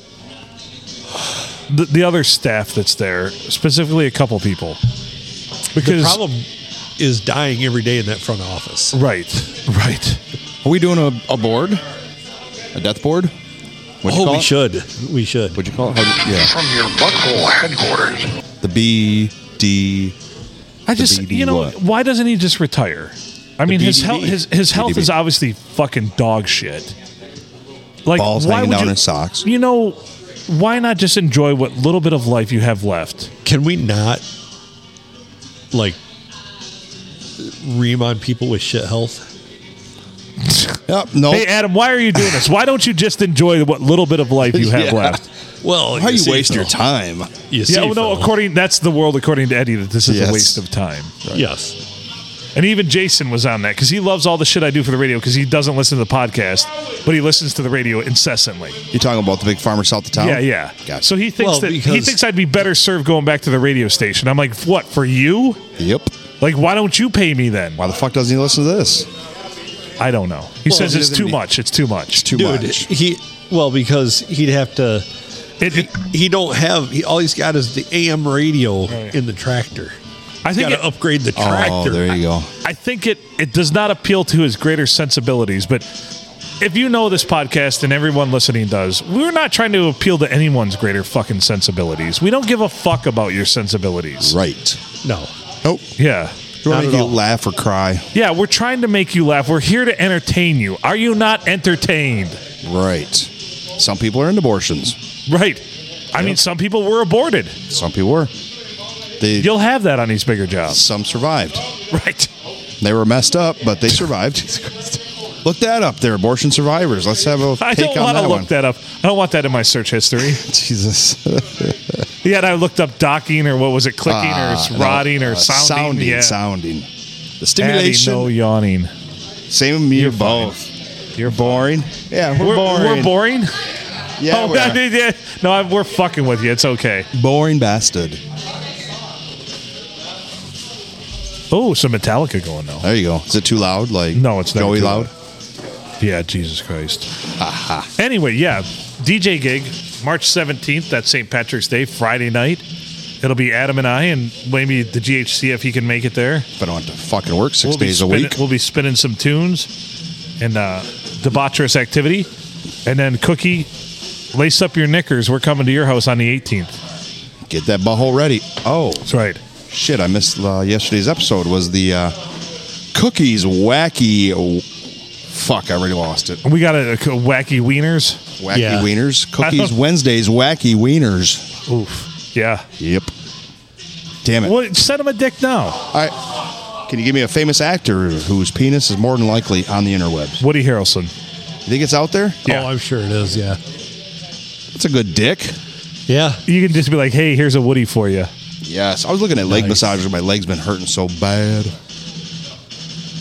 the, the other staff that's there, specifically a couple people.
the
Because
problem is dying every day in that front office.
right. Right.
Are we doing a, a board? A death board? What'd you
Oh,
call
we
it?
should we should.
What'd you call it? How'd you- yeah.
From your butthole headquarters.
The B D.
I
The
just,
BD
you know,
what?
why doesn't he just retire? I mean, his
BDD.
health, his, his health
BDD.
is obviously fucking dog shit. Like,
Balls
why
hanging
would
down
you,
his socks.
You know, why not just enjoy what little bit of life you have left?
Can we not like ream on people with shit health?
Yep, no.
Hey, Adam, why are you doing this? Why don't you just enjoy what little bit of life you have
Yeah.
left?
Well,
How you
see,
waste your
Phil.
time?
You
Yeah,
see,
well, no.
Phil.
According, that's the world according to Eddie that this is
Yes.
a waste of time.
yes,
And even Jason was on that because he loves all the shit I do for the radio because he doesn't listen to the podcast, but he listens to the radio incessantly.
You're talking about the big farmer south of town?
Yeah, yeah.
Oh, Gotcha.
So he thinks
Well,
that he
because-
thinks I'd be better served going back to the radio station. I'm like, what for you?
Yep.
Like, why don't you pay me then?
Why the fuck doesn't he listen to this?
I don't know. He
Well,
says
he
it's
doesn't
too
need-
much. It's too much.
Too
dude.
much.
He well because he'd have to.
It- it-
He don't have. He, all he's got is the AM radio
Right.
in the tractor.
I think
Got
it,
to upgrade the tractor.
Oh, there you go.
I think it it does not appeal to his greater sensibilities, but if you know this podcast and everyone listening does, we're not trying to appeal to anyone's greater fucking sensibilities. We don't give a fuck about your sensibilities.
Right.
No,
Nope.
Yeah.
Do
Not
want to
at
make you
all.
laugh or cry?
Yeah, we're trying to make you laugh. We're here to entertain you. Are you not entertained?
Right. Some people are into abortions.
Right. I mean, some people were aborted.
Some people were. They
You'll have that on these bigger jobs.
some survived.
Right.
They were messed up, but they survived. Look that up there, abortion survivors. Let's have a
I
take
don't
on
want
that
to
one.
look that up. I don't want that in my search history.
Jesus.
Yeah, and I looked up docking or what was it, clicking or
Ah,
s-
no,
rotting or
uh,
sounding.
sounding,
yeah.
sounding. The
Abby,
stimulation.
no yawning.
Same with me. You're
fine.
both.
You're
Boring. Yeah, we're,
We're
boring.
We're boring.
Yeah,
oh,
we
I
are.
did- yeah. No, I, we're fucking with you. It's okay.
boring bastard.
Oh, some Metallica going now.
There you go. Is it too loud? Like
No, it's never
Joey
too
loud.
loud. Yeah, Jesus Christ. Anyway, yeah, DJ gig March seventeenth. That's St. Patrick's Day, Friday night. It'll be Adam and I, and maybe the GHC if he can make it there.
If I don't have to fucking work 6
be
days a
spinning-
week.
We'll be spinning some tunes and uh, debaucherous activity. And then Cookie, lace up your knickers. We're coming to your house on the 18th.
Get that butthole ready. Oh
That's right.
shit! I missed uh, yesterday's episode. Was the uh, cookies wacky? Fuck! I already lost it.
We got a, a wacky wieners.
Wacky
Yeah.
wieners.
I
Cookies
don't-
Wednesdays. Wacky wieners.
Oof. Yeah.
Yep. Damn it!
Well, send him a dick now.
All right. Can you give me a famous actor whose penis is more than likely on the interwebs?
Woody Harrelson.
You think it's out there?
Yeah.
oh, I'm sure it is. Yeah,
That's a good dick.
yeah.
You can just be like, hey, here's a Woody for you.
Yes. I was looking at leg
Nice.
massages. My leg's been hurting so bad.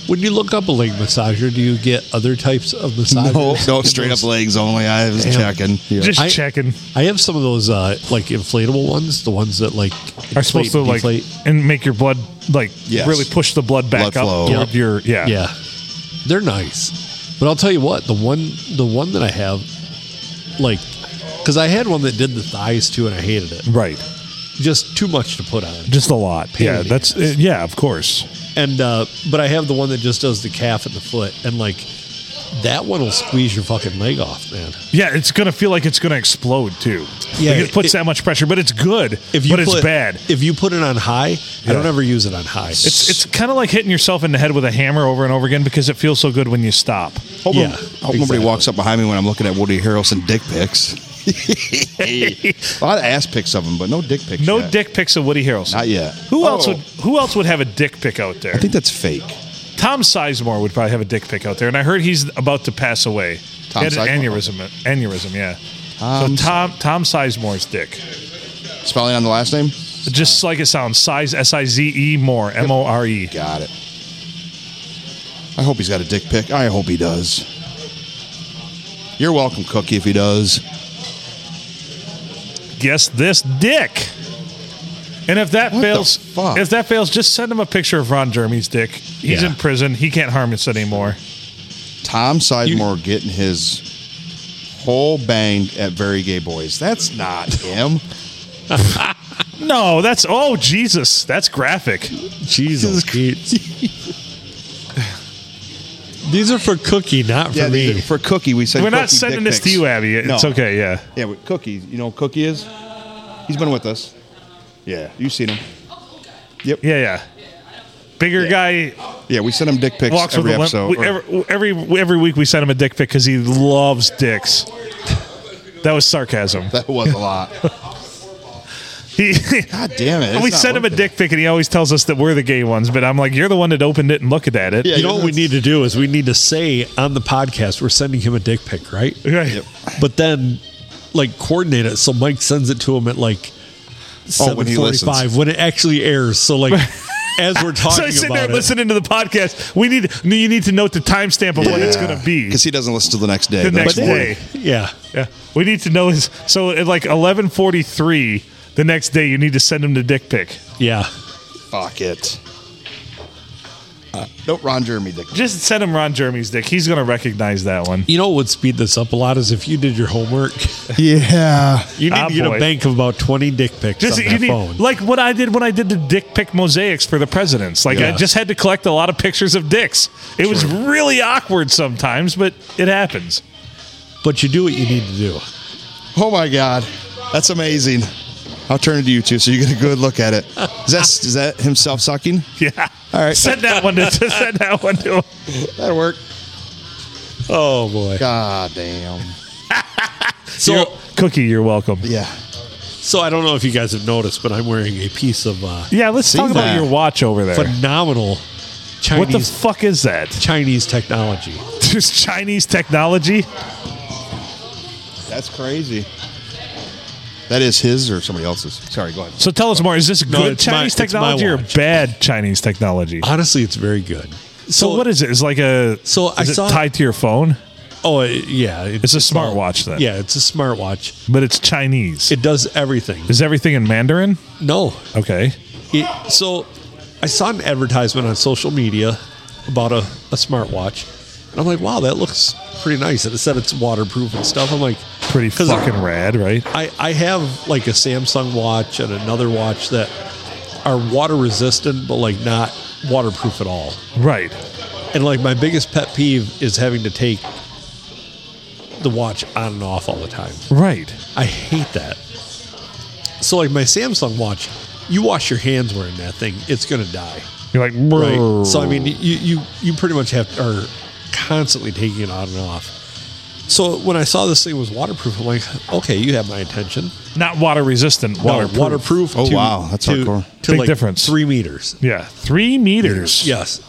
When you look up a leg massager, do you get other types of massagers?
No, no, straight up legs only. I was
Damn.
checking. Yeah.
Just
I-
checking.
I have some of those uh, like inflatable ones, the ones that like
Are supposed to
inflate,
like
deflate.
and make your blood like
Yes.
really push the blood back
Blood
up
flow.
toward
Yep.
your yeah.
Yeah, they're nice. But I'll tell you what, the one the one that I have, like, because I had one that did the thighs too, and I hated it.
Right.
Just too much to put on.
Just a lot.
Pain
yeah.
in the
That's uh,
ass.
yeah. Of course.
And uh, but I have the one that just does the calf and the foot, and like that one will squeeze your fucking leg off, man.
Yeah, it's gonna feel like it's gonna explode too.
Yeah,
Yeah, it puts
it-
that much pressure, but it's good.
If you
but
put,
it's bad.
If you put it on high, I don't
Yeah.
ever use it on high.
It's it's kind of like hitting yourself in the head with a hammer over and over again because it feels so good when you stop.
Hope,
Yeah,
hope nobody
exactly.
walks up behind me when I'm looking at Woody Harrelson dick pics. a lot of ass pics of him, but no dick pics.
No
yet.
dick pics of Woody Harrelson.
Not yet.
Who else
Oh.
would Who else would have a dick pic out there?
I think that's fake.
Tom Sizemore would probably have a dick pic out there, and I heard he's about to pass away.
Tom
he had an
Sizemore?
aneurysm. Aneurysm. Yeah.
Tom Si-
so Tom Tom Sizemore's dick,
Spelling on the last name?
just like it sounds, size S I Z E more M O R E.
Got it. I hope he's got a dick pic. I hope he does. You're welcome, Cookie, if he does.
guess this dick. And if that
What the
fails,
fuck?
if that fails, just send him a picture of Ron Jeremy's dick. He's
Yeah.
in prison. He can't harm us anymore.
Tom Sizemore getting his whole banged at Very Gay Boys. That's not him.
No, that's oh Jesus, that's graphic.
Jesus, These are for Cookie, not for
Yeah,
me.
these are- for Cookie, we said
We're not
Cookie
sending
dick
this to
pics.
you, Abby. It's
No.
okay. Yeah,
Yeah, with Cookie. You know who Cookie is? He's been with us. Yeah, you've seen him.
yeah, yeah. Bigger guy
Yeah, we sent him dick pics
walks
every
with a limp.
episode.
We-
or-
every, every every week we send him a dick pic because he loves dicks. That was sarcasm.
that was a lot.
He,
God damn it. it's
we
not
sent him a
working.
dick pic and he always tells us that we're the gay ones, but I'm like, you're the one that opened it and looked at it.
Yeah,
you know what we need to do is we need to say on the podcast we're sending him a dick pic, right?
Right.
But then, like, coordinate it so Mike sends it to him at like
Oh, when
seven
he
forty-five when it actually airs. So like as we're talking
so I sit
about
there
it,
listening to the podcast. We need you need to note the timestamp of when it's going to be.
Because he doesn't listen to the next day.
The next
morning.
day.
yeah,
Yeah, we need to know his. So at like eleven forty three the next day, you need to send him the dick pic.
yeah,
Fuck it. Uh, nope, Ron Jeremy. Dick.
Just send him Ron Jeremy's dick. He's gonna recognize that one.
you know what would speed this up a lot is if you did your homework.
Yeah.
You need
Ah,
to get
boy.
a bank of about twenty dick pics
Just
on
you
that
need,
phone.
like what I did when I did the dick pic mosaics for the presidents. Like I
Yeah.
just had to collect a lot of pictures of dicks. It was really awkward sometimes, but it happens.
but you do what you need to do.
Oh my God, that's amazing. I'll turn it to you two so you get a good look at it. Is that is that himself sucking?
Yeah.
All right.
Send that one to send that one to him.
That'll work.
Oh boy.
God damn.
So
Cookie, you're welcome.
Yeah.
so I don't know if you guys have noticed, but I'm wearing a piece of uh,
Yeah, let's
See
talk about
that.
your watch over there.
phenomenal
What the
Chinese
fuck is that?
Chinese technology.
Just Chinese technology?
That's crazy. That is his or somebody else's. Sorry, go ahead.
So tell us more. Is this good
No, it's my-
Chinese
it's my
technology or
watch. Uh,
bad Chinese technology?
Honestly, it's very good.
So, what is it? It's like a
So I
is it
saw-
tied to your phone,
Oh it- yeah,
It's a smartwatch then.
Yeah, it's a smartwatch.
but it's Chinese.
It does everything.
Is everything in Mandarin?
No,
Okay.
It, so I saw an advertisement on social media about a, a smartwatch. And I'm like, wow, that looks pretty nice. And it said it's waterproof and stuff. I'm like,
Pretty
'Cause
fucking rad, right?
I, I have like a Samsung watch and another watch that are water resistant, but like not waterproof at all.
Right.
And like my biggest pet peeve is having to take the watch on and off all the time.
Right.
I hate that. So like my Samsung watch, you wash your hands wearing that thing, it's gonna die.
You're like,
Right. So I mean,
"Brrr."
you you you pretty much have are constantly taking it on and off. So when I saw this thing was waterproof, I'm like, okay, you have my attention.
not water resistant,
No,
waterproof.
waterproof.
Oh,
to-
wow, that's
to,
hardcore.
To
Big
like
difference.
Three meters.
Yeah, three meters.
Yes.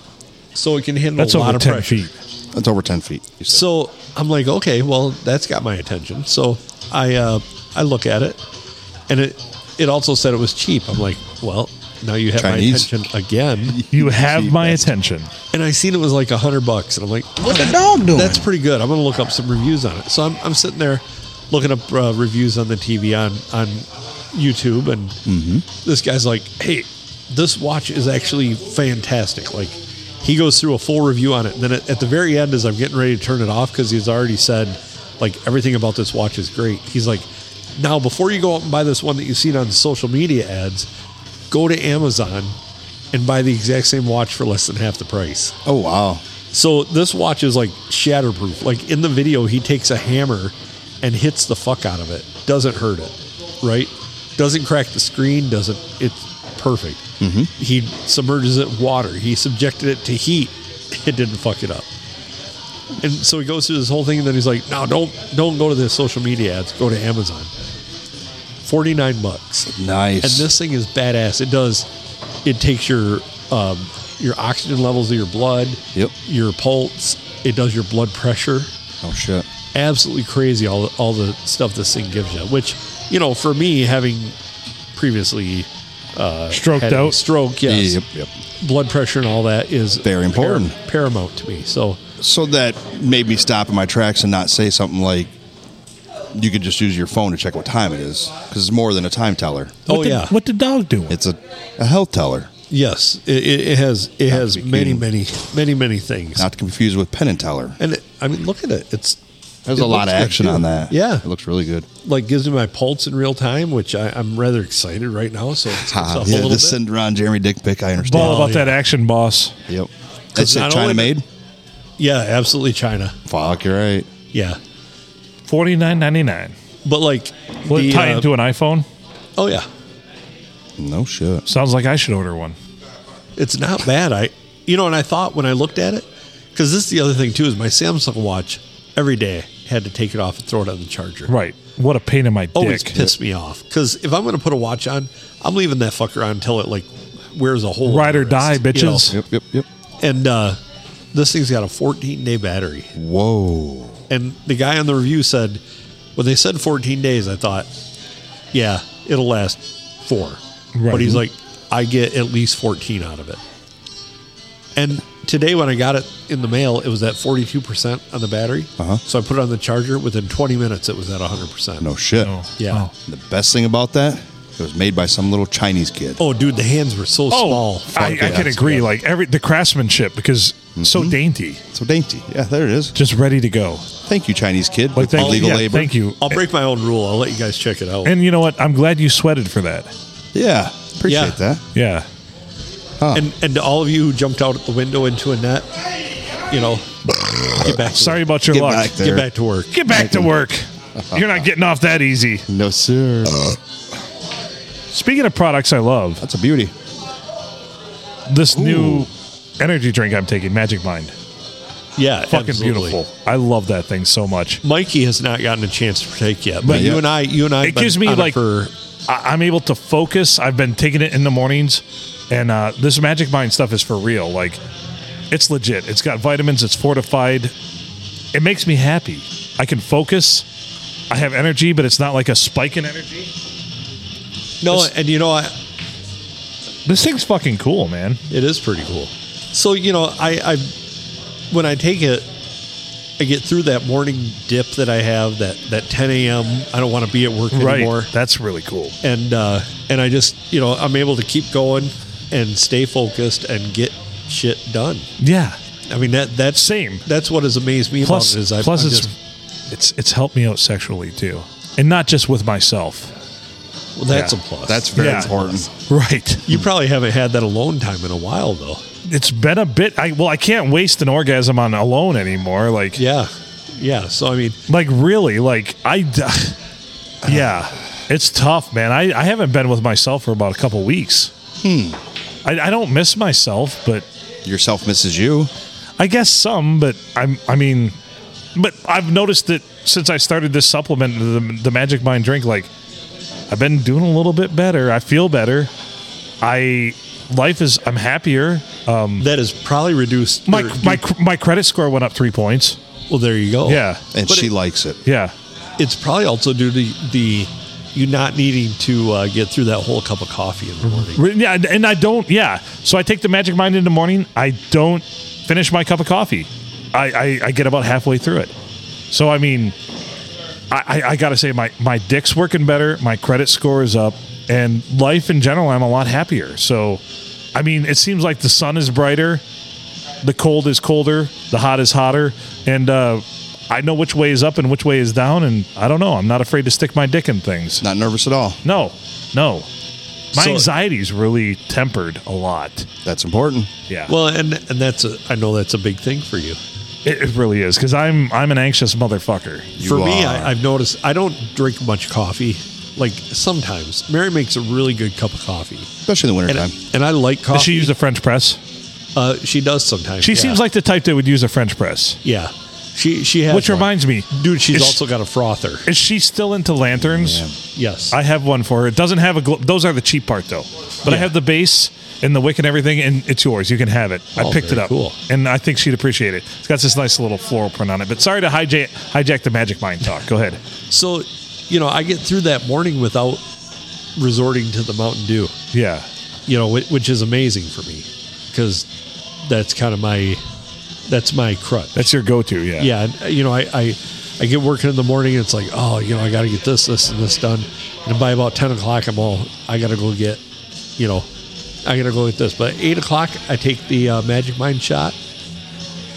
So it can handle
that's
a lot
over
of
ten
pressure.
feet.
That's over ten feet. You said.
So I'm like, okay, well, that's got my attention. So I uh, I look at it, and it it also said it was cheap. I'm like, well, now you have
Chinese.
my attention again.
You have my attention.
and I seen it was like a hundred bucks, and I'm like, what the dog doing? That's pretty good. I'm gonna look up some reviews on it. So I'm, I'm sitting there looking up uh, reviews on the TV on on YouTube, and this guy's like, hey, this watch is actually fantastic. Like he goes through a full review on it, and then at, at the very end, as I'm getting ready to turn it off because he's already said like everything about this watch is great. He's like, now before you go out and buy this one that you've seen on social media ads, go to Amazon. And buy the exact same watch for less than half the price.
Oh wow.
So this watch is like shatterproof. Like in the video, he takes a hammer and hits the fuck out of it. Doesn't hurt it, right? Doesn't crack the screen. Doesn't. It's perfect. He submerges it in water. He subjected it to heat. It didn't fuck it up. And so he goes through this whole thing, and then he's like, "No, don't, don't go to the social media ads. Go to Amazon. Forty nine bucks."
Nice.
And this thing is badass. It does. It takes your um, your oxygen levels of your blood.
Yep.
Your pulse. It does your blood pressure.
Oh shit.
Absolutely crazy. All all the stuff this thing gives you, which you know, for me having previously
Stroked
had a
out.
stroke, yes,
Yep. Yep.
blood pressure and all that is
Very important.
par- paramount to me. So
So that made me stop in my tracks and not say something like, "You could just use your phone to check what time it is," because it's more than a time teller.
What
oh
the,
yeah,
What the dog doing?
It's a, a health teller,
yes, it, it it has it has
be
many
kidding.
many many many things.
not to confuse with pen and teller.
and it, I mean, look at it. It's
There's
it
a lot
looks
of
good,
action
too.
on that.
Yeah.
it looks really good.
like gives me my pulse in real time, which I, I'm rather excited right now. So it's
Ah,
up a
yeah,
little
the
bit.
send around Jeremy Dick pic. I
It's all
understand.
about
yeah.
that action, boss.
Yep. That's
not
it. China
only-
made.
yeah, absolutely China.
Fuck, you're right.
Yeah,
Forty nine ninety nine.
but like
Will it
the,
tie
uh,
into an iPhone?
oh yeah,
No shit.
Sounds like I should order one.
it's not bad. I you know, and I thought when I looked at it because this is the other thing too is my Samsung watch every day had to take it off and throw it on the charger.
Right. What a pain in my
Always
dick.
pissed me off because if I'm going to put a watch on, I'm leaving that fucker on until it like wears a hole.
Ride
in
or
my
die,
wrist, you know?
bitches.
Yep, yep, yep.
And uh, this thing's got a 14 day battery.
Whoa.
And the guy on the review said, when they said 14 days, I thought, yeah, it'll last four.
Right.
But he's like, I get at least 14 out of it. And today, when I got it in the mail, it was at 42% on the battery.
Uh-huh.
So I put it on the charger. Within 20 minutes, it was at 100%.
No shit.
No.
Yeah.
Oh.
The best thing about that, it was made by some little Chinese kid.
Oh, dude, the hands were so small.
Oh, I, I
Fuck
can
yeah.
agree. Like every the craftsmanship because
Mm-hmm.
so dainty,
So dainty. Yeah, there it is.
just ready to go.
Thank you, Chinese kid.
Like
with
thank,
legal
yeah,
labor.
Thank you.
I'll break my own rule. I'll let you guys check it out.
And you know what? I'm glad you sweated for that.
Yeah, appreciate
Yeah.
that.
Yeah.
and and to all of you who jumped out the window into a net, you know, get back. To
Sorry about your
Get
luck.
back there.
Get back to work.
Get back to work. You're not getting off that easy.
No sir.
Speaking of products I love,
That's a beauty.
this new energy drink I'm taking, Magic Mind.
Yeah,
Fucking
absolutely.
beautiful. I love that thing so much.
Mikey has not gotten a chance to take yet, but
Yeah.
you and I, you and I,
It gives me, like-
for
I- I'm able to focus. I've been taking it in the mornings, and uh, this Magic Mind stuff is for real. Like, it's legit. It's got vitamins. It's fortified. It makes me happy. I can focus. I have energy, but it's not like a spike in energy.
no, and you know, I,
This thing's fucking cool, man.
it is pretty cool. So you know, I, I when I take it, I get through that morning dip that I have that that 10 a.m. I don't want to be at work anymore,
That's really cool.
and uh, and I just you know I'm able to keep going and stay focused and get shit done.
Yeah.
I mean that that's
Same.
That's what has amazed me
Plus,
about it is I,
plus
I'm
it's
just-
it's it's helped me out sexually too, and not just with myself.
well, that's
yeah.
a plus.
That's very
Yeah.
important.
Right.
you probably haven't had that alone time in a while though.
It's been a bit. I well, I can't waste an orgasm on alone anymore. Like
Yeah, yeah. So I mean,
like really like I. d- yeah, it's tough, man. I I haven't been with myself for about a couple weeks. Hmm. I, I don't miss myself, but
Yourself misses you.
I guess some, but I'm. I mean, but I've noticed that since I started this supplement, the, the Magic Mind drink, like I've been doing a little bit better. I feel better. I life is. I'm happier. Hmm.
that is probably reduced.
My
or-
my my credit score went up three points.
well, there you go.
Yeah,
And
But
she
it-
likes it.
yeah,
it's probably also due to the you not needing to uh, get through that whole cup of coffee in the morning.
Re- yeah. and- And I don't. Yeah, so I take the Magic Mind in the morning. I don't finish my cup of coffee. I I, I get about halfway through it. So I mean, I, I, I gotta say my my dick's working better. My credit score is up, and life in general, I'm a lot happier. So, I mean, it seems like the sun is brighter, the cold is colder, the hot is hotter, and uh, I know which way is up and which way is down, and I don't know. I'm not afraid to stick my dick in things.
Not nervous at all.
No, no. My
So-
anxiety's really tempered a lot.
That's important.
Yeah, well,
Well, and and that's a, I know that's a big thing for you.
it, it really is because I'm I'm an anxious motherfucker.
You
for me,
are-
I, I've noticed I don't drink much coffee. Like sometimes, Mary makes a really good cup of coffee,
especially in the
and
wintertime.
and I like coffee.
Does she use a French press?
Uh, she does sometimes.
She
yeah.
seems like the type that would use a French press.
yeah. She she has
Which
one.
reminds me,
dude. She's
is-
also Oh, got a frother.
Is she still into lanterns?
Yes.
I have one for her. It doesn't have a. Gl- those are the cheap part though. But I
Yeah.
have the base and the wick and everything, and it's yours. You can have it. I
Oh,
picked it
very
up,
cool.
and I think she'd appreciate it. It's got this nice little floral print on it. But sorry to hijack hijack the magic mind talk. Go ahead.
so, you know, I get through that morning without resorting to the Mountain Dew.
Yeah,
You know, which, which is amazing for me because that's kind of my that's my crutch.
that's your go-to. Yeah,
yeah. and, uh, You know, I, I I get working in the morning. And it's like, oh, you know, I got to get this, this, and this done. And by about ten o'clock, I'm all I got to go get, you know, I got to go get this. But at eight o'clock, I take the uh, Magic Mind shot.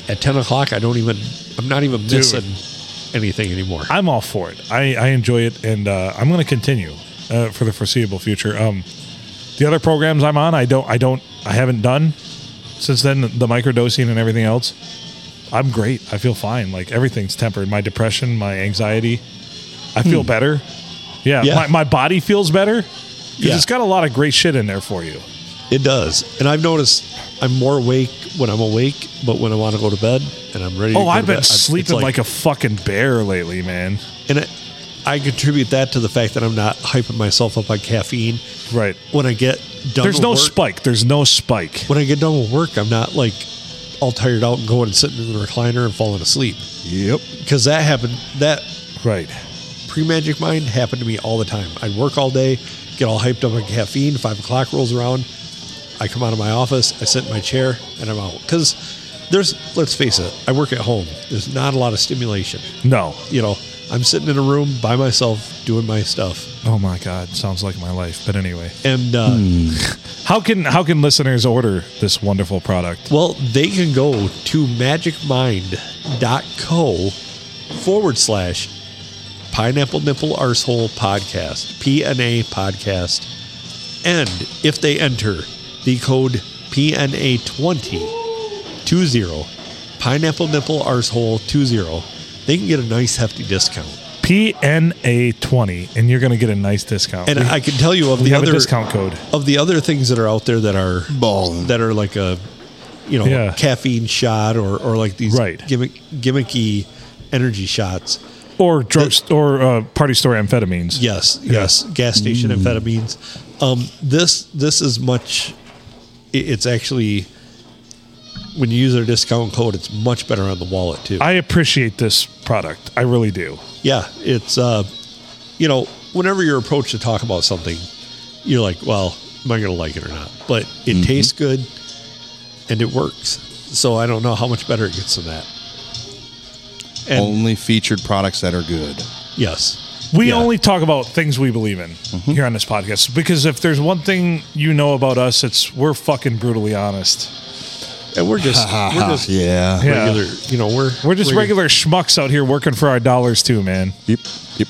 At ten o'clock, I don't even. I'm not even missing anything anymore.
I'm all for it. I, I enjoy it, and uh, I'm going to continue uh, for the foreseeable future. Um, the other programs I'm on, I don't, I don't, I haven't done since then. The microdosing and everything else, I'm great. I feel fine. Like everything's tempered. My depression, my anxiety, I feel better. Yeah,
Hmm. Yeah.
My, my body feels better because
Yeah.
it's got a lot of great shit in there for you.
It does, and I've noticed I'm more awake when I'm awake, but when I want to go to bed and I'm ready. to
Oh,
go
I've
to bed,
been
it's
sleeping like, a fucking bear lately, man.
and it, I contribute that to the fact that I'm not hyping myself up on caffeine.
Right.
When I get done,
There's
with
no
work,
spike. There's no spike.
When I get done with work, I'm not like all tired out and going and sitting in the recliner and falling asleep
Yep.
because that happened. That
Right.
pre magic mind happened to me all the time. I'd work all day, get all hyped up on caffeine. Five o'clock rolls around, I come out of my office, I sit in my chair, and I'm out. Because there's, let's face it, I work at home. There's not a lot of stimulation.
No.
You know, I'm sitting in a room by myself doing my stuff.
Oh my God, sounds like my life. But anyway,
And, uh,
how can how can listeners order this wonderful product?
well, they can go to magicmind.co forward slash pineapple nipple arsehole podcast, PNA podcast. And if they enter the code PNA20, 20, pineapple nipple arsehole 20, they can get a nice hefty discount.
PNA twenty, and you're going to get a nice discount.
And
we,
I can tell you of
we
the
have
other
a discount code.
of the other things that are out there that are
Ballin'.
that are like a you know
Yeah.
caffeine shot or or like these
Right.
gimmick, gimmicky energy shots.
or drug or uh, party store amphetamines.
Yes, yes, gas station
Mm.
amphetamines. Um, this this is much. i- It's actually when you use our discount code, it's much better on the wallet too.
I appreciate this product. I really do.
yeah, it's uh, you know, whenever you're approached to talk about something, you're like, well, am I going to like it or not? But it
Mm-hmm.
tastes good, and it works. So I don't know how much better it gets than that. And
Only featured products that are good.
yes,
We
Yeah. Mm-hmm.
only talk about things we believe in here on this podcast because if there's one thing you know about us, it's we're fucking brutally honest.
and we're just we're just
yeah.
Yeah.
regular. You know, we're
We're just regular schmucks out here working for our dollars too, man.
Yep. Yep.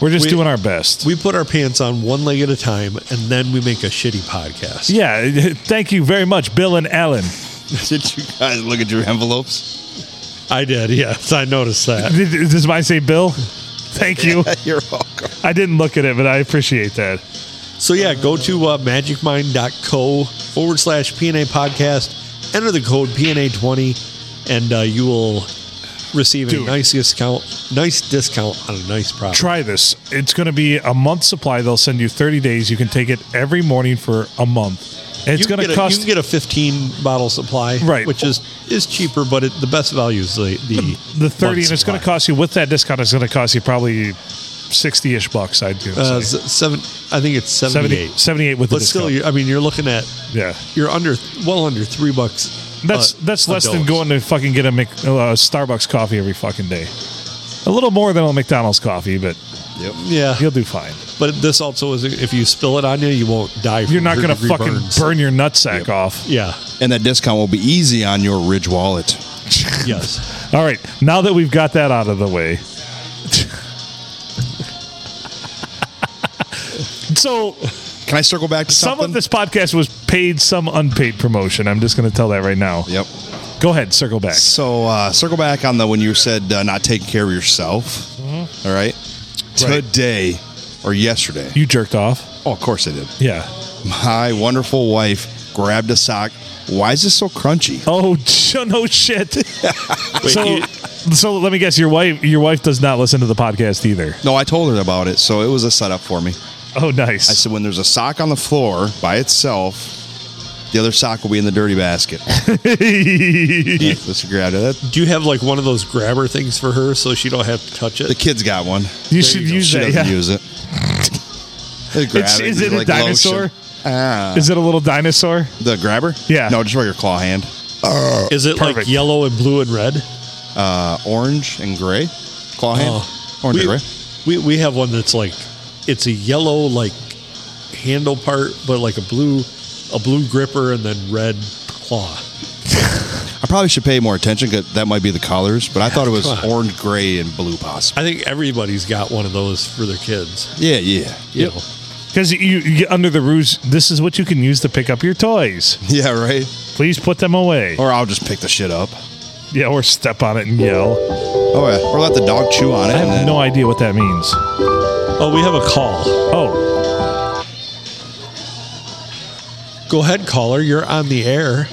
We're just
We-
doing our best.
We put our pants on one leg at a time, and then we make a shitty podcast.
yeah, thank you very much, Bill and Ellen.
Did you guys look at your envelopes?
I did. Yes, I noticed that.
Did- Does mine say Bill? Thank you.
You're welcome.
I didn't look at it, but I appreciate that.
so yeah, go to uh, magicmind.co forward slash PNA podcast. Enter the code PNA twenty, and uh, you will receive a
Dude.
nice discount. Nice discount on a nice product.
Try this. It's going to be a month supply. They'll send you 30 days. You can take it every morning for a month. And
You
It's
can
going
get
to
a-
cost
You can get a fifteen bottle supply,
Right.
Which is is cheaper, but it, the best value is the the,
the 30
month
and it's going to
supply.
cost you with that discount it's going to cost you probably 60ish bucks i'd give
uh, s- seven. I think it's
70,
seventy eight.
78 with the
But still,
discount.
you I mean, you're looking at
yeah
you're under well under three bucks.
that's
uh,
that's
a
less than
dose.
going to fucking get a Mc, uh, starbucks coffee every fucking day a little more than a mcdonald's coffee but
Yep.
Yeah,
you'll do fine
but this also is if you spill it on you, you won't die. From
you're not going to
third-degree
fucking
burns.
burn your nutsack off
Yeah.
And that discount will be easy on your Ridge wallet.
Yes.
all right now that we've got that out of the way so
Can I circle back to
some
something?
of this podcast was paid some unpaid promotion i'm just going to tell that right now
Yep.
Go ahead, circle back.
So uh, circle back on the when you said uh, not taking care of yourself. All Mm-hmm. right. Today or yesterday.
You jerked off.
Oh, of course I did.
Yeah.
My wonderful wife grabbed a sock. Why is this so crunchy?
Oh sh- no, shit. so,
you-
so let me guess. Your wife, your wife does not listen to the podcast either.
No, I told her about it, so it was a setup for me.
Oh,
I
nice.
said, when there's a sock on the floor by itself, the other sock will be in the dirty basket.
yeah,
Yeah, this grabbed it. That-
Do you have like one of those grabber things for her so she don't have to touch
The
it?
kid's got one.
You should use
she
that,
doesn't
yeah.
use it. They grab
It's- is it
and
a
like lotion.
dinosaur?
Ah.
Is it a little dinosaur?
the grabber?
Yeah.
No, just your claw hand.
Is it like
Perfect.
yellow and blue and red?
Uh, orange and gray. Claw hand.
Oh.
Orange
Oh. we,
and gray.
we we have one that's like it's a yellow like handle part, but like a blue a blue gripper and then red claw.
I probably should pay more attention because that might be the colors, but I thought it was
Come on.
orange, gray, and blue possible.
I think everybody's got one of those for their kids.
Yeah, yeah.
You
Yep.
know.
Because you, you get under the ruse, this is what you can use to pick up your toys.
Yeah, right?
Please put them away.
Or I'll just pick the shit up.
Yeah, or step on it and yell.
Oh, yeah. Or let the dog chew on it.
I have
and then-
no idea what that means.
Oh, we have a call.
Oh,
Go ahead, caller. You're on the air.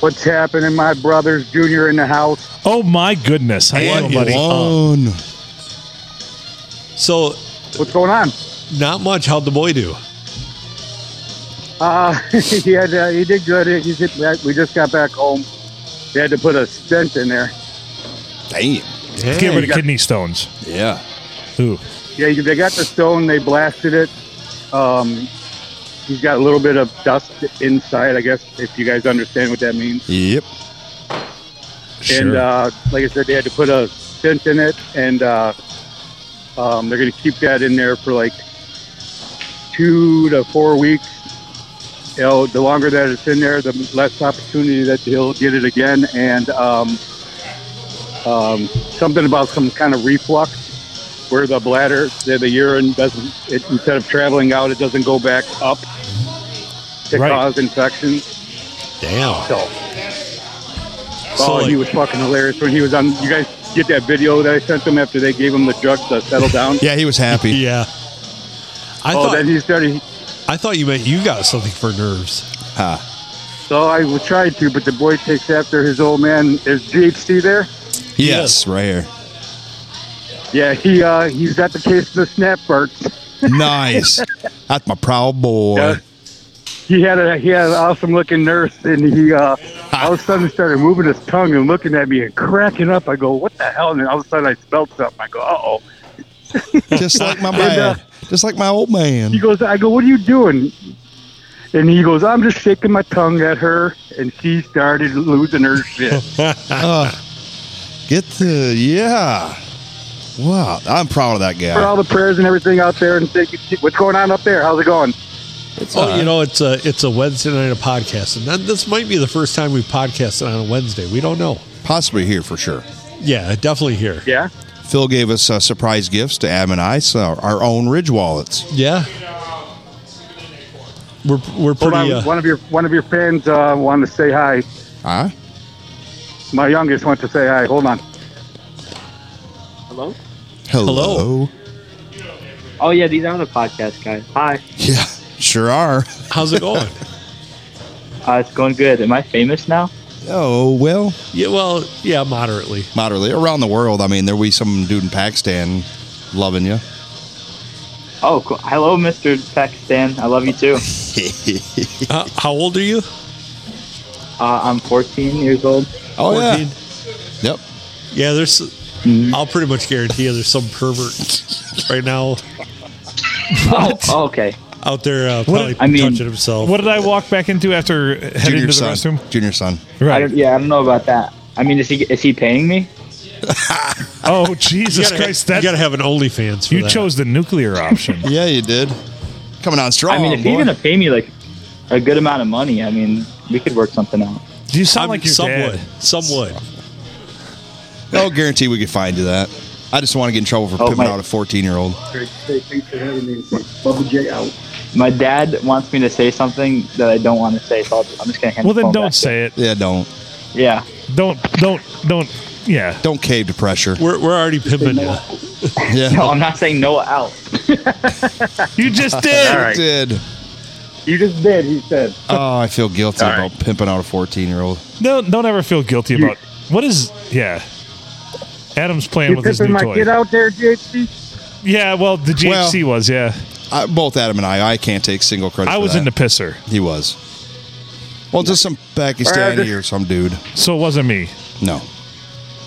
What's happening, my brothers? Junior in the house.
oh my goodness! Hello,
What is
buddy.
Alone.
So,
What's going on?
not much. How'd the boy do?
Uh, he had uh, he did good. He did, we just got back home. They had to put a stent in there.
Uh.
Damn.
Get rid
Hey,
of kidney stones.
Yeah.
Ooh.
Yeah, they got the stone. They blasted it. Um, he's got a little bit of dust inside. I guess if you guys understand what that means.
Yep.
And uh, like I said, they had to put a stent in it, and uh, um, they're going to keep that in there for like two to four weeks. You know, the longer that it's in there, the less opportunity that he'll get it again, and um, um, something about some kind of reflux where the bladder, the, the urine doesn't, it, instead of traveling out, it doesn't go back up to
Right.
cause infections.
Damn.
So,
So,
oh,
like-
he was fucking hilarious when he was on. You guys get that video that I sent him after they gave him the drug to settle down.
Yeah, he was happy.
Yeah. I
oh,
thought
then he started.
I thought you meant you got something for nerves.
Ha.
So I was trying to, but the boy takes after his old man. Is GHC there?
Yes, right here.
Yeah, he uh, he's got the case of the snap burts.
Nice. That's my proud boy.
Yeah. He had a he had an awesome looking nurse, and he uh, all of a sudden started moving his tongue and looking at me and cracking up. I go, "What the hell?" And then all of a sudden I smelled something. I go, "Uh oh."
Just like my
And, uh,
man. Just like my old man.
He goes, I go, what are you doing? And he goes, I'm just shaking my tongue at her, and she started losing her shit.
Uh, Get the yeah. Wow, I'm proud of that
For
guy.
all the prayers and everything out there, and thank you. What's going on up there? How's it going?
oh, you know, it's a it's a Wednesday night of podcast, and that, this might be the first time we've podcasted on a Wednesday. We don't know.
Possibly here for sure.
Yeah, definitely here.
Yeah.
Phil gave us uh, surprise gifts to Ab and I, so our own Ridge wallets.
Yeah. We're we're
Hold on.
pretty. Uh,
One of your one of your fans uh, wanted to say hi.
Huh?
My youngest wants to say hi. Hold on.
Hello?
Hello.
Hello.
Oh, yeah, these aren't a podcast, guys. Hi.
Yeah, sure are.
how's it going?
Uh, it's going good. Am I famous now?
Oh well,
yeah. Well, yeah, moderately.
moderately around the world. I mean, there we some dude in Pakistan loving you.
Oh, cool. hello, Mr. Pakistan. I love you too.
Uh, how old are you?
Uh, I'm 14 years old.
Oh yeah.
14?
Yep.
Yeah, there's. I'll pretty much guarantee you there's some pervert right now
Oh, oh, okay.
out there uh, probably
I mean-
touching himself.
What did I walk back into after heading to
Junior
the
son.
restroom?
Junior son.
I
Right.
don't, yeah, I don't know about that. I mean, is he is he paying me?
Oh Jesus
you gotta,
Christ! That
you gotta have an OnlyFans. For
you
that.
chose the nuclear option.
Yeah, you did. Coming on strong.
I mean, if
boy.
he's gonna pay me like a good amount of money, I mean, we could work something out.
Do you sound
I'm-
like your
some
dad?
would. Some would.
I'll guarantee we could find you that. I just want to get in trouble for
Oh,
pimping
my-
out a 14 year old.
Thanks for having me. Bubba J out.
My dad wants me to say something that I don't want to say, so I'll, I'm just gonna hand.
Well,
the
then
phone
don't
back to
say it.
Yeah, don't
him. Yeah.
Don't don't don't. Yeah.
don't cave to pressure.
We're, we're already pimping you.
Yeah,
No, I'm not saying no out.
You just did.
All right.
did.
You just did. He said.
Oh, I feel guilty
All
about pimping out a 14 year old.
No, don't ever feel guilty
You-
about what is. Yeah. Adam's playing
You
with his new
pimping my
toy.
kid out there, JHC?
Yeah, well, the
Well-
GHC was. Yeah,
I, both Adam and I, I can't take single credit.
I
for
was
that.
in the pisser,
He was. Well, just some
All right,
Pakistani
I
or some dude.
so it wasn't me.
No.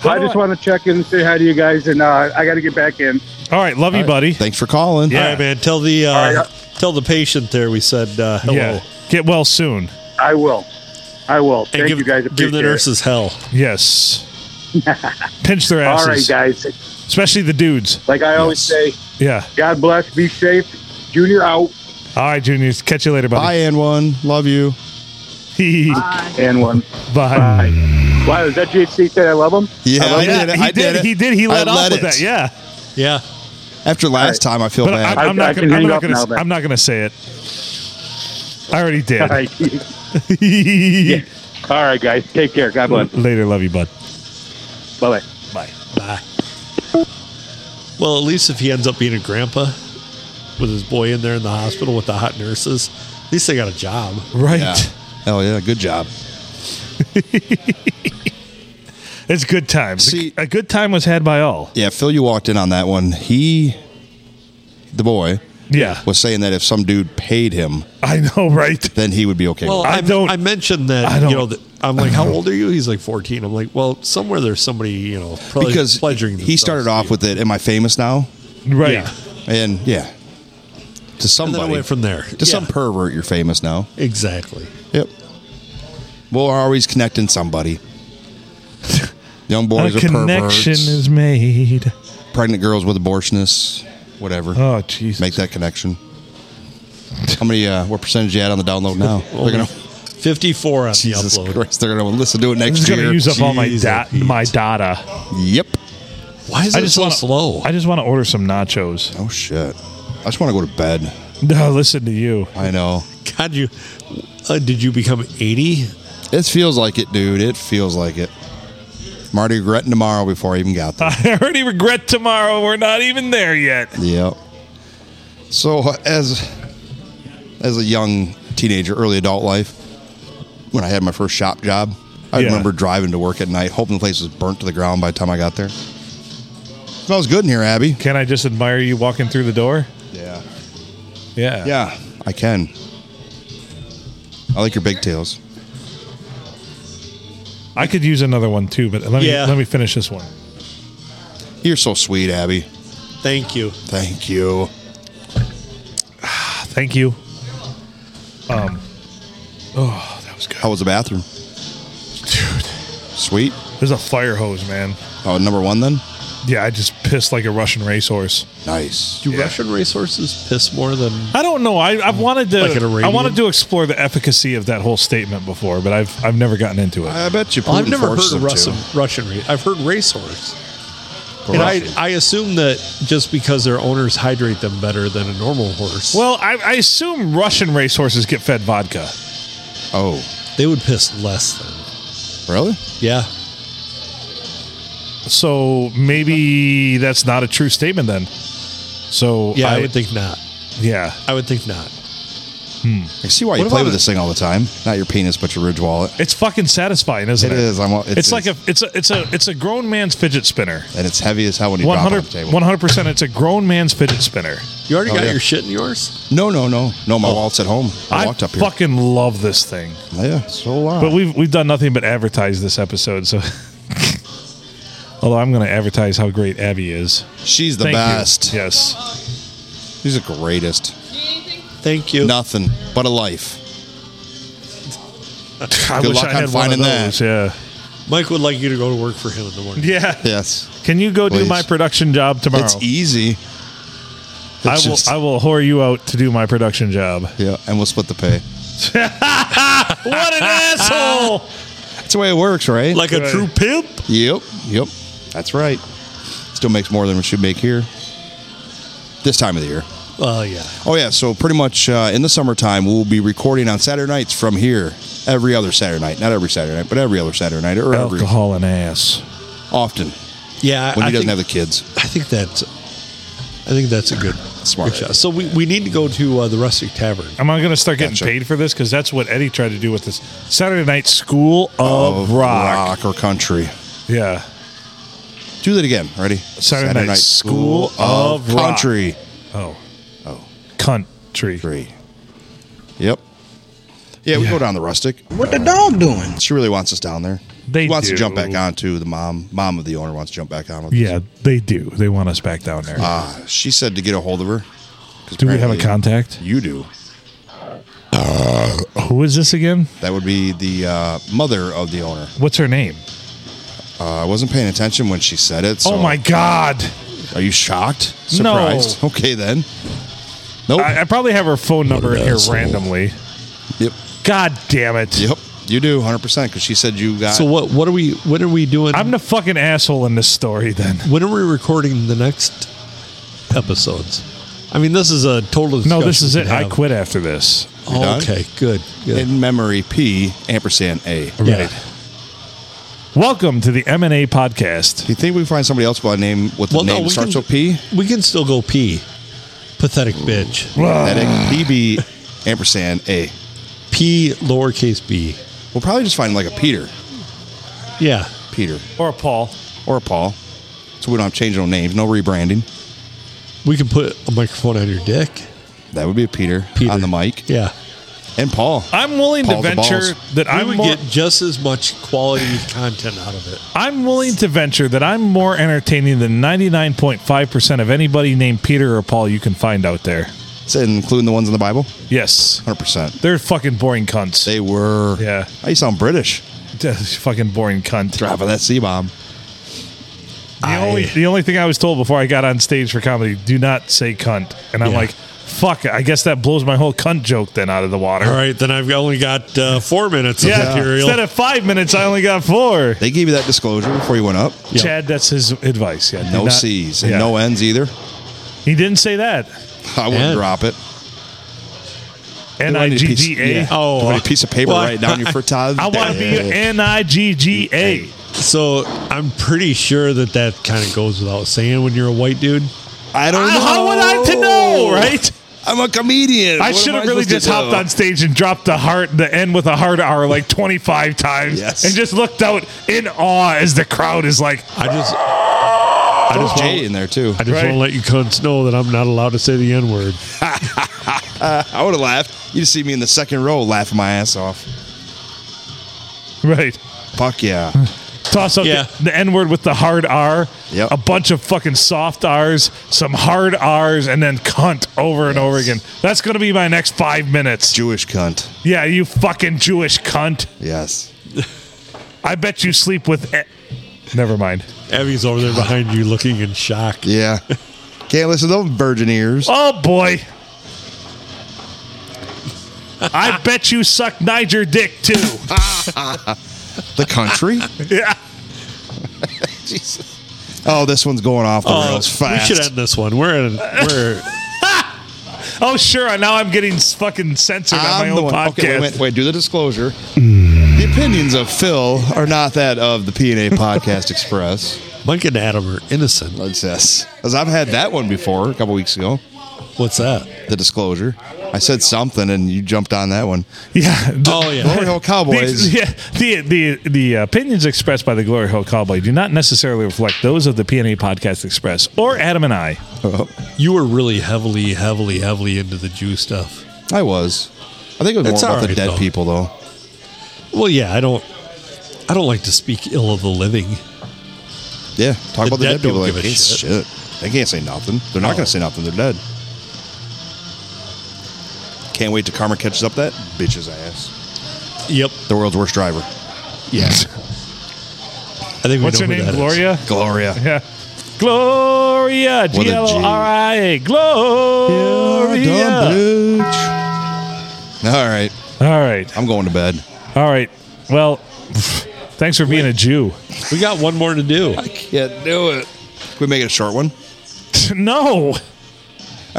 I just want to check in and say hi to you guys, and uh, I got to get back in.
All right, love
Uh,
you, buddy.
Thanks for calling.
Yeah.
All right, man. Tell the uh,
All right.
tell the patient there. We said uh, hello.
Yeah, get well soon.
I will. I will.
And
Thank
give,
you guys.
give the
Appreciate it.
nurses hell.
Yes. Pinch their
All right,
asses,
guys.
especially the dudes.
Like I always say,
Yeah.
God bless. Be safe. Junior out.
All right, juniors. Catch you later,
Bye,
buddy.
and one. Love you.
Bye.
And one.
Bye.
Wow, is that GHC said I love him?
Yeah, I,
Yeah,
did it.
he
I did, it.
He did. He
I
let off
let
with
it. Oh,
that. Yeah.
Yeah.
After last time, I feel
But
bad.
I, am
I-
not
I can
going to.
hang
I'm
up
not going
now
to.
then.
I'm not going to say it. I already
All
did.
right. All right, guys. Take care. God bless.
Later, love you, bud.
Bye bye.
Bye.
Bye. Well, at least if he ends up being a grandpa with his boy in there in the hospital with the hot nurses, at least they got a job.
Right.
yeah. Hell yeah. Good job.
It's good times.
See-
a good time was had by all.
Yeah, Phil, you walked in on that one. He, the boy,
Yeah.
was saying that if some dude paid him,
I know, right?
then he would be okay.
Well,
with
I
I,
don't-
I mentioned that.
I don't-
you know, that I'm like, how old are you? He's like 14. I'm like, well, somewhere there's somebody you know
it.
probably
because
pledging.
he started
themselves
off with it. Am I famous now?
Right.
Yeah.
And yeah, to
And then
somebody,
I went
to
from there. Yeah,
some pervert, you're famous now.
exactly.
Yep. Well, we're always connecting somebody. Young boys
a
are perverts.
connection is made.
Pregnant girls with abortionists, whatever.
Uh,
Oh, Jesus.
Make that connection. How many? Uh, what percentage you had on the download now? They're gonna.
Fifty-four on
Jesus
the upload.
Christ! They're gonna listen to it
I'm
next
just
year.
gonna use up all my
Jesus,
da-
Pete.
my data.
Yep.
Why is it
I just
so
want
slow?
I just want to order some nachos.
Oh shit! I just want to go to bed.
No, listen to you.
I know.
God, you uh, did you become eighty?
It feels like it, dude. It feels like it. I'm already regretting tomorrow before I even got there.
I already regret tomorrow. We're not even there yet.
yep. So uh, as as a young teenager, early adult life, when I had my first shop job, I
Yeah.
remember driving to work at night, hoping the place was burnt to the ground by the time I got there. Smells good in here, Abby.
Can I just admire you walking through the door?
Yeah.
Yeah.
Yeah, I can. I like your big tails.
I could use another one too, but let me
Yeah.
let me finish this one.
You're so sweet, Abby.
Thank you.
Thank you.
Thank you.
How was the bathroom? Dude. Sweet.
There's a fire hose, man.
Oh, number one then?
Yeah, I just pissed like a Russian racehorse.
Nice.
Do Russian racehorses piss more than?
I don't know. I, I've wanted to.
Like an
I
Iranian?
wanted to explore the efficacy of that whole statement before, but I've I've never gotten into it.
I bet you.
Well, I've
Putin
never
forces
heard of
them
Russian
to.
Russian. Ra- I've heard racehorse,
For
and I
Russian.
I assume that just because their owners hydrate them better than a normal horse,
Well, I, I assume Russian racehorses get fed vodka.
oh,
they would piss less than.
really?
Yeah,
So maybe that's not a true statement then. So
yeah, I,
I-
would think not.
yeah.
I would think not.
I see why you
What
play
about
with
it?
this thing all the time. Not your penis, but your ridge wallet.
It's fucking satisfying, isn't
It
it?
is. I'm.
It's, like a it's a it's a it's a grown man's fidget spinner.
and it's heavy as hell when you drop it on
100
the table.
100% it's a grown man's fidget spinner.
You already
Oh,
got
yeah.
your shit in yours.
No, no, no, no.
Oh.
My wallet's at home. I,
I
walked up here.
fucking love this thing.
Yeah, so long.
But we've we've done nothing but advertise this episode, so Although I'm going to advertise how great Abby is.
She's the
Thank you.
best.
Yes.
She's the greatest.
Thank you.
Nothing but a life.
I
Good
wish
luck
I had
on
one of
finding that.
those, Yeah.
Mike would like you to go to work for him in the morning.
Yeah.
Yes,
Can you go do
Please.
my production job tomorrow?
it's easy. It's
I will
just-
I will whore you out to do my production job.
yeah, and we'll split the pay.
What an asshole!
That's the way it works, right?
Like a
Right.
true pimp.
Yep, yep. That's right. Still makes more than we should make here. This time of the year.
Oh yeah.
Oh yeah, so pretty much uh, in the summertime we'll be recording on Saturday nights from here every other Saturday night, not every Saturday night, but every other Saturday night or every
Alcohol and ass.
often
Yeah.
when
I
he doesn't
think-
have the kids.
I think that's. I think that's a good
Smart.
good shot. So we, we need to go to uh, the Rustic Tavern.
Am I going to start getting
Gotcha.
paid for this? Because that's what Eddie tried to do with this Saturday Night School of, rock.
rock or country.
Yeah,
Do that again. Ready? Saturday,
Night School of Rock.
Country.
country.
Three. Yep. Yeah, we go down the rustic.
What the dog doing?
She really wants us down there.
They
She wants
do.
to jump back on too. The mom, mom of the owner, wants to jump back on. With us.
Yeah, they do. They want us back down there.
Uh, she said to get a hold of her. 'cause
do we have a
apparently
contact?
You do.
Who is this again?
That would be the uh, mother of the owner.
What's her name?
Uh, I wasn't paying attention when she said it. So
oh my God!
Are you shocked?
No.
Surprised? Okay then. Nope.
I, I probably have her phone number in here
asshole.
randomly.
yep.
God damn it!
Yep. You do 100 percent because she said you got.
So what what are we when are we doing?
I'm the fucking asshole in this story. Then
when are we recording the next episodes? I mean, this is a total.
no, this
discussion
is it.
to
I
have.
quit after this.
Oh,
done?
okay, good. good.
in memory P ampersand A. Do
Yeah.
Right. Welcome to the M and A podcast.
you think we find somebody else by a name with the
Well, no,
name
we
starts
can-
with P?
We can still go pee. Pathetic bitch.
That it- PB ampersand A.
P lowercase b.
We'll probably just find like a Peter,
Yeah.
Peter,
Or Paul.
or a Paul. So we don't have to change no names, no rebranding.
We can put a microphone on your dick.
That would be a Peter,
Peter.
on the mic,
Yeah.
and Paul.
I'm willing
Paul's
to
the
venture
balls.
that
I
I'm
would
more,
get just as much quality content out of it.
I'm willing to venture that I'm more entertaining than 99.5% of anybody named Peter or Paul you can find out there.
Is that including the ones in the Bible?
Yes.
100%.
They're fucking boring cunts.
They were.
Yeah.
I sound British.
fucking boring cunt.
Dropping that C bomb.
The only the only thing I was told before I got on stage for comedy, do not say cunt. And I'm
Yeah.
like, fuck, I guess that blows my whole cunt joke then out of the water.
All right, then I've only got uh, four minutes of
Yeah.
material.
Instead of five minutes, I only got four.
They gave you that disclosure before you went up.
Yeah.
Chad, that's his advice. Yeah. do
No
not-
C's and
yeah.
no N's either.
He didn't say that.
I wouldn't
And-
drop it.
N
You
I
want a
G
piece-
G A.
yeah. Oh,
Oh,
You want a
uh,
piece of paper
well,
right down your frittata.
I want to be N I G G A.
so I'm pretty sure that that kind of goes without saying when you're a white dude.
I don't know.
How would I to know, right?
I'm a comedian.
I
What am
should have really
supposed to
just hopped
do?
on stage and dropped the heart, the end with a hard R like 25 times
Yes.
and just looked out in awe as the crowd is like,
I just, I just
Jay
want,
in there too.
I just
Right.
want to let you cunts know that I'm not allowed to say the N word.
I would have laughed. You'd see me in the second row laughing my ass off.
right.
Fuck yeah.
Toss up
Yeah.
the, the N word with the hard R,
Yep.
a bunch of fucking soft R's, some hard R's, and then cunt over and over again. That's going to be my next five minutes.
Jewish cunt.
Yeah, you fucking Jewish cunt.
Yes.
I bet you sleep with. E- Never mind.
Abby's over there behind you looking in shock.
Yeah. Can't listen to those virgin ears.
Oh boy. I bet you suck Niger dick too.
The country.
Yeah.
Jesus. Oh, this one's going off the rails fast.
Oh, We should end this one. We're in, we're
Oh sure. Now I'm getting fucking censored on my
I'm the
own
one.
podcast. Hmm.
Okay, wait, a minute. wait, do the disclosure. The opinions of Phil are not that of the P and A Podcast Express.
Mike and Adam are innocent.
Let's yes. Because I've had that one before a couple weeks ago.
What's that?
The disclosure. I said something and you jumped on that one.
Yeah. the-
Oh
Glory Hill Cowboys.
The, yeah, the, the, the opinions expressed by the Glory Hole Cowboy do not necessarily reflect those of the PNA Podcast Express or Adam and I.
Oh,
you were really heavily, heavily, heavily into the Jew stuff.
I was. I think it was
It's
more about the
alright,
dead
though.
people, though.
Well, yeah, I don't, I don't like to speak ill of the living.
Yeah, talk
The
about the
dead
dead people.
don't
Like,
give a
"Hey,
shit."
shit. They can't say nothing. They're not
Oh.
going to say nothing. They're dead. Can't wait till Karma catches up that bitch's ass.
Yep.
The world's worst driver.
Yes. I think we
What's
know
her
who
name?
that
Gloria?
is.
Gloria.
Yeah. Gloria.
G.
G L R I A. Gloria.
bitch. All right.
All right.
I'm going to bed.
All right. Well, thanks for being a Jew.
We got one more to do.
Can't do it. Can we make it a short one?
No.
All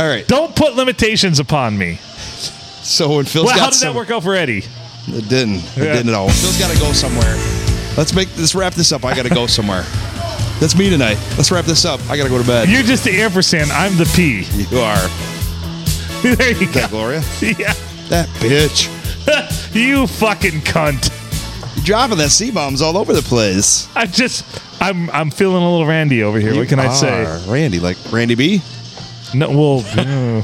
right.
Don't put limitations upon me.
So when Phil's
Well,
got
how did
some-
that work out for Eddie?
It didn't. It
Yeah.
didn't at all. Phil's got to go somewhere. Let's make let's wrap this up. I got to go somewhere. That's me tonight. Let's wrap this up. I got to go to bed.
You're just the ampersand. I'm the P.
You are
There you go.
that Gloria.
Yeah.
That bitch.
you fucking cunt.
You're dropping that C bombs all over the place.
I just, I'm, I'm feeling a little randy over here.
You
what can I
are
say?
Randy, like Randy B.
No, well, no.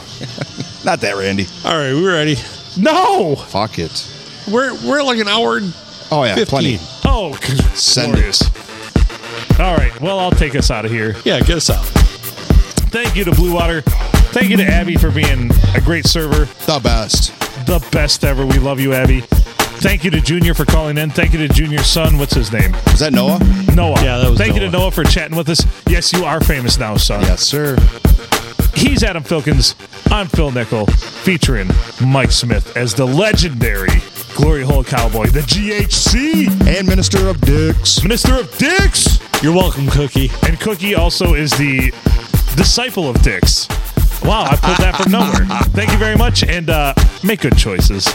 Not that Randy.
All right, we're ready.
no.
Fuck it.
We're we're like an hour. and-
Oh yeah,
15.
plenty.
Oh,
Send
glorious. All right. Well, I'll take us out of here.
Yeah, get us out.
Thank you to Blue Water. Thank you to Abby for being a great server,
The best.
the best ever. We love you, Abby. Thank you to Junior for calling in. Thank you to Junior's son. What's his name?
Is that Noah?
Noah.
Yeah, that was
Thank you to
Noah.
Noah for chatting with us. Yes, you are famous now, son.
Yes, sir.
He's Adam Filkins. I'm Phil Nickel, featuring Mike Smith as the legendary Glory Hole Cowboy, the GHC,
And Minister of Dicks.
Minister of Dicks.
You're welcome, Cookie.
And Cookie also is the disciple of Dicks. Wow, I pulled that from nowhere. Thank you very much, and uh, make good choices.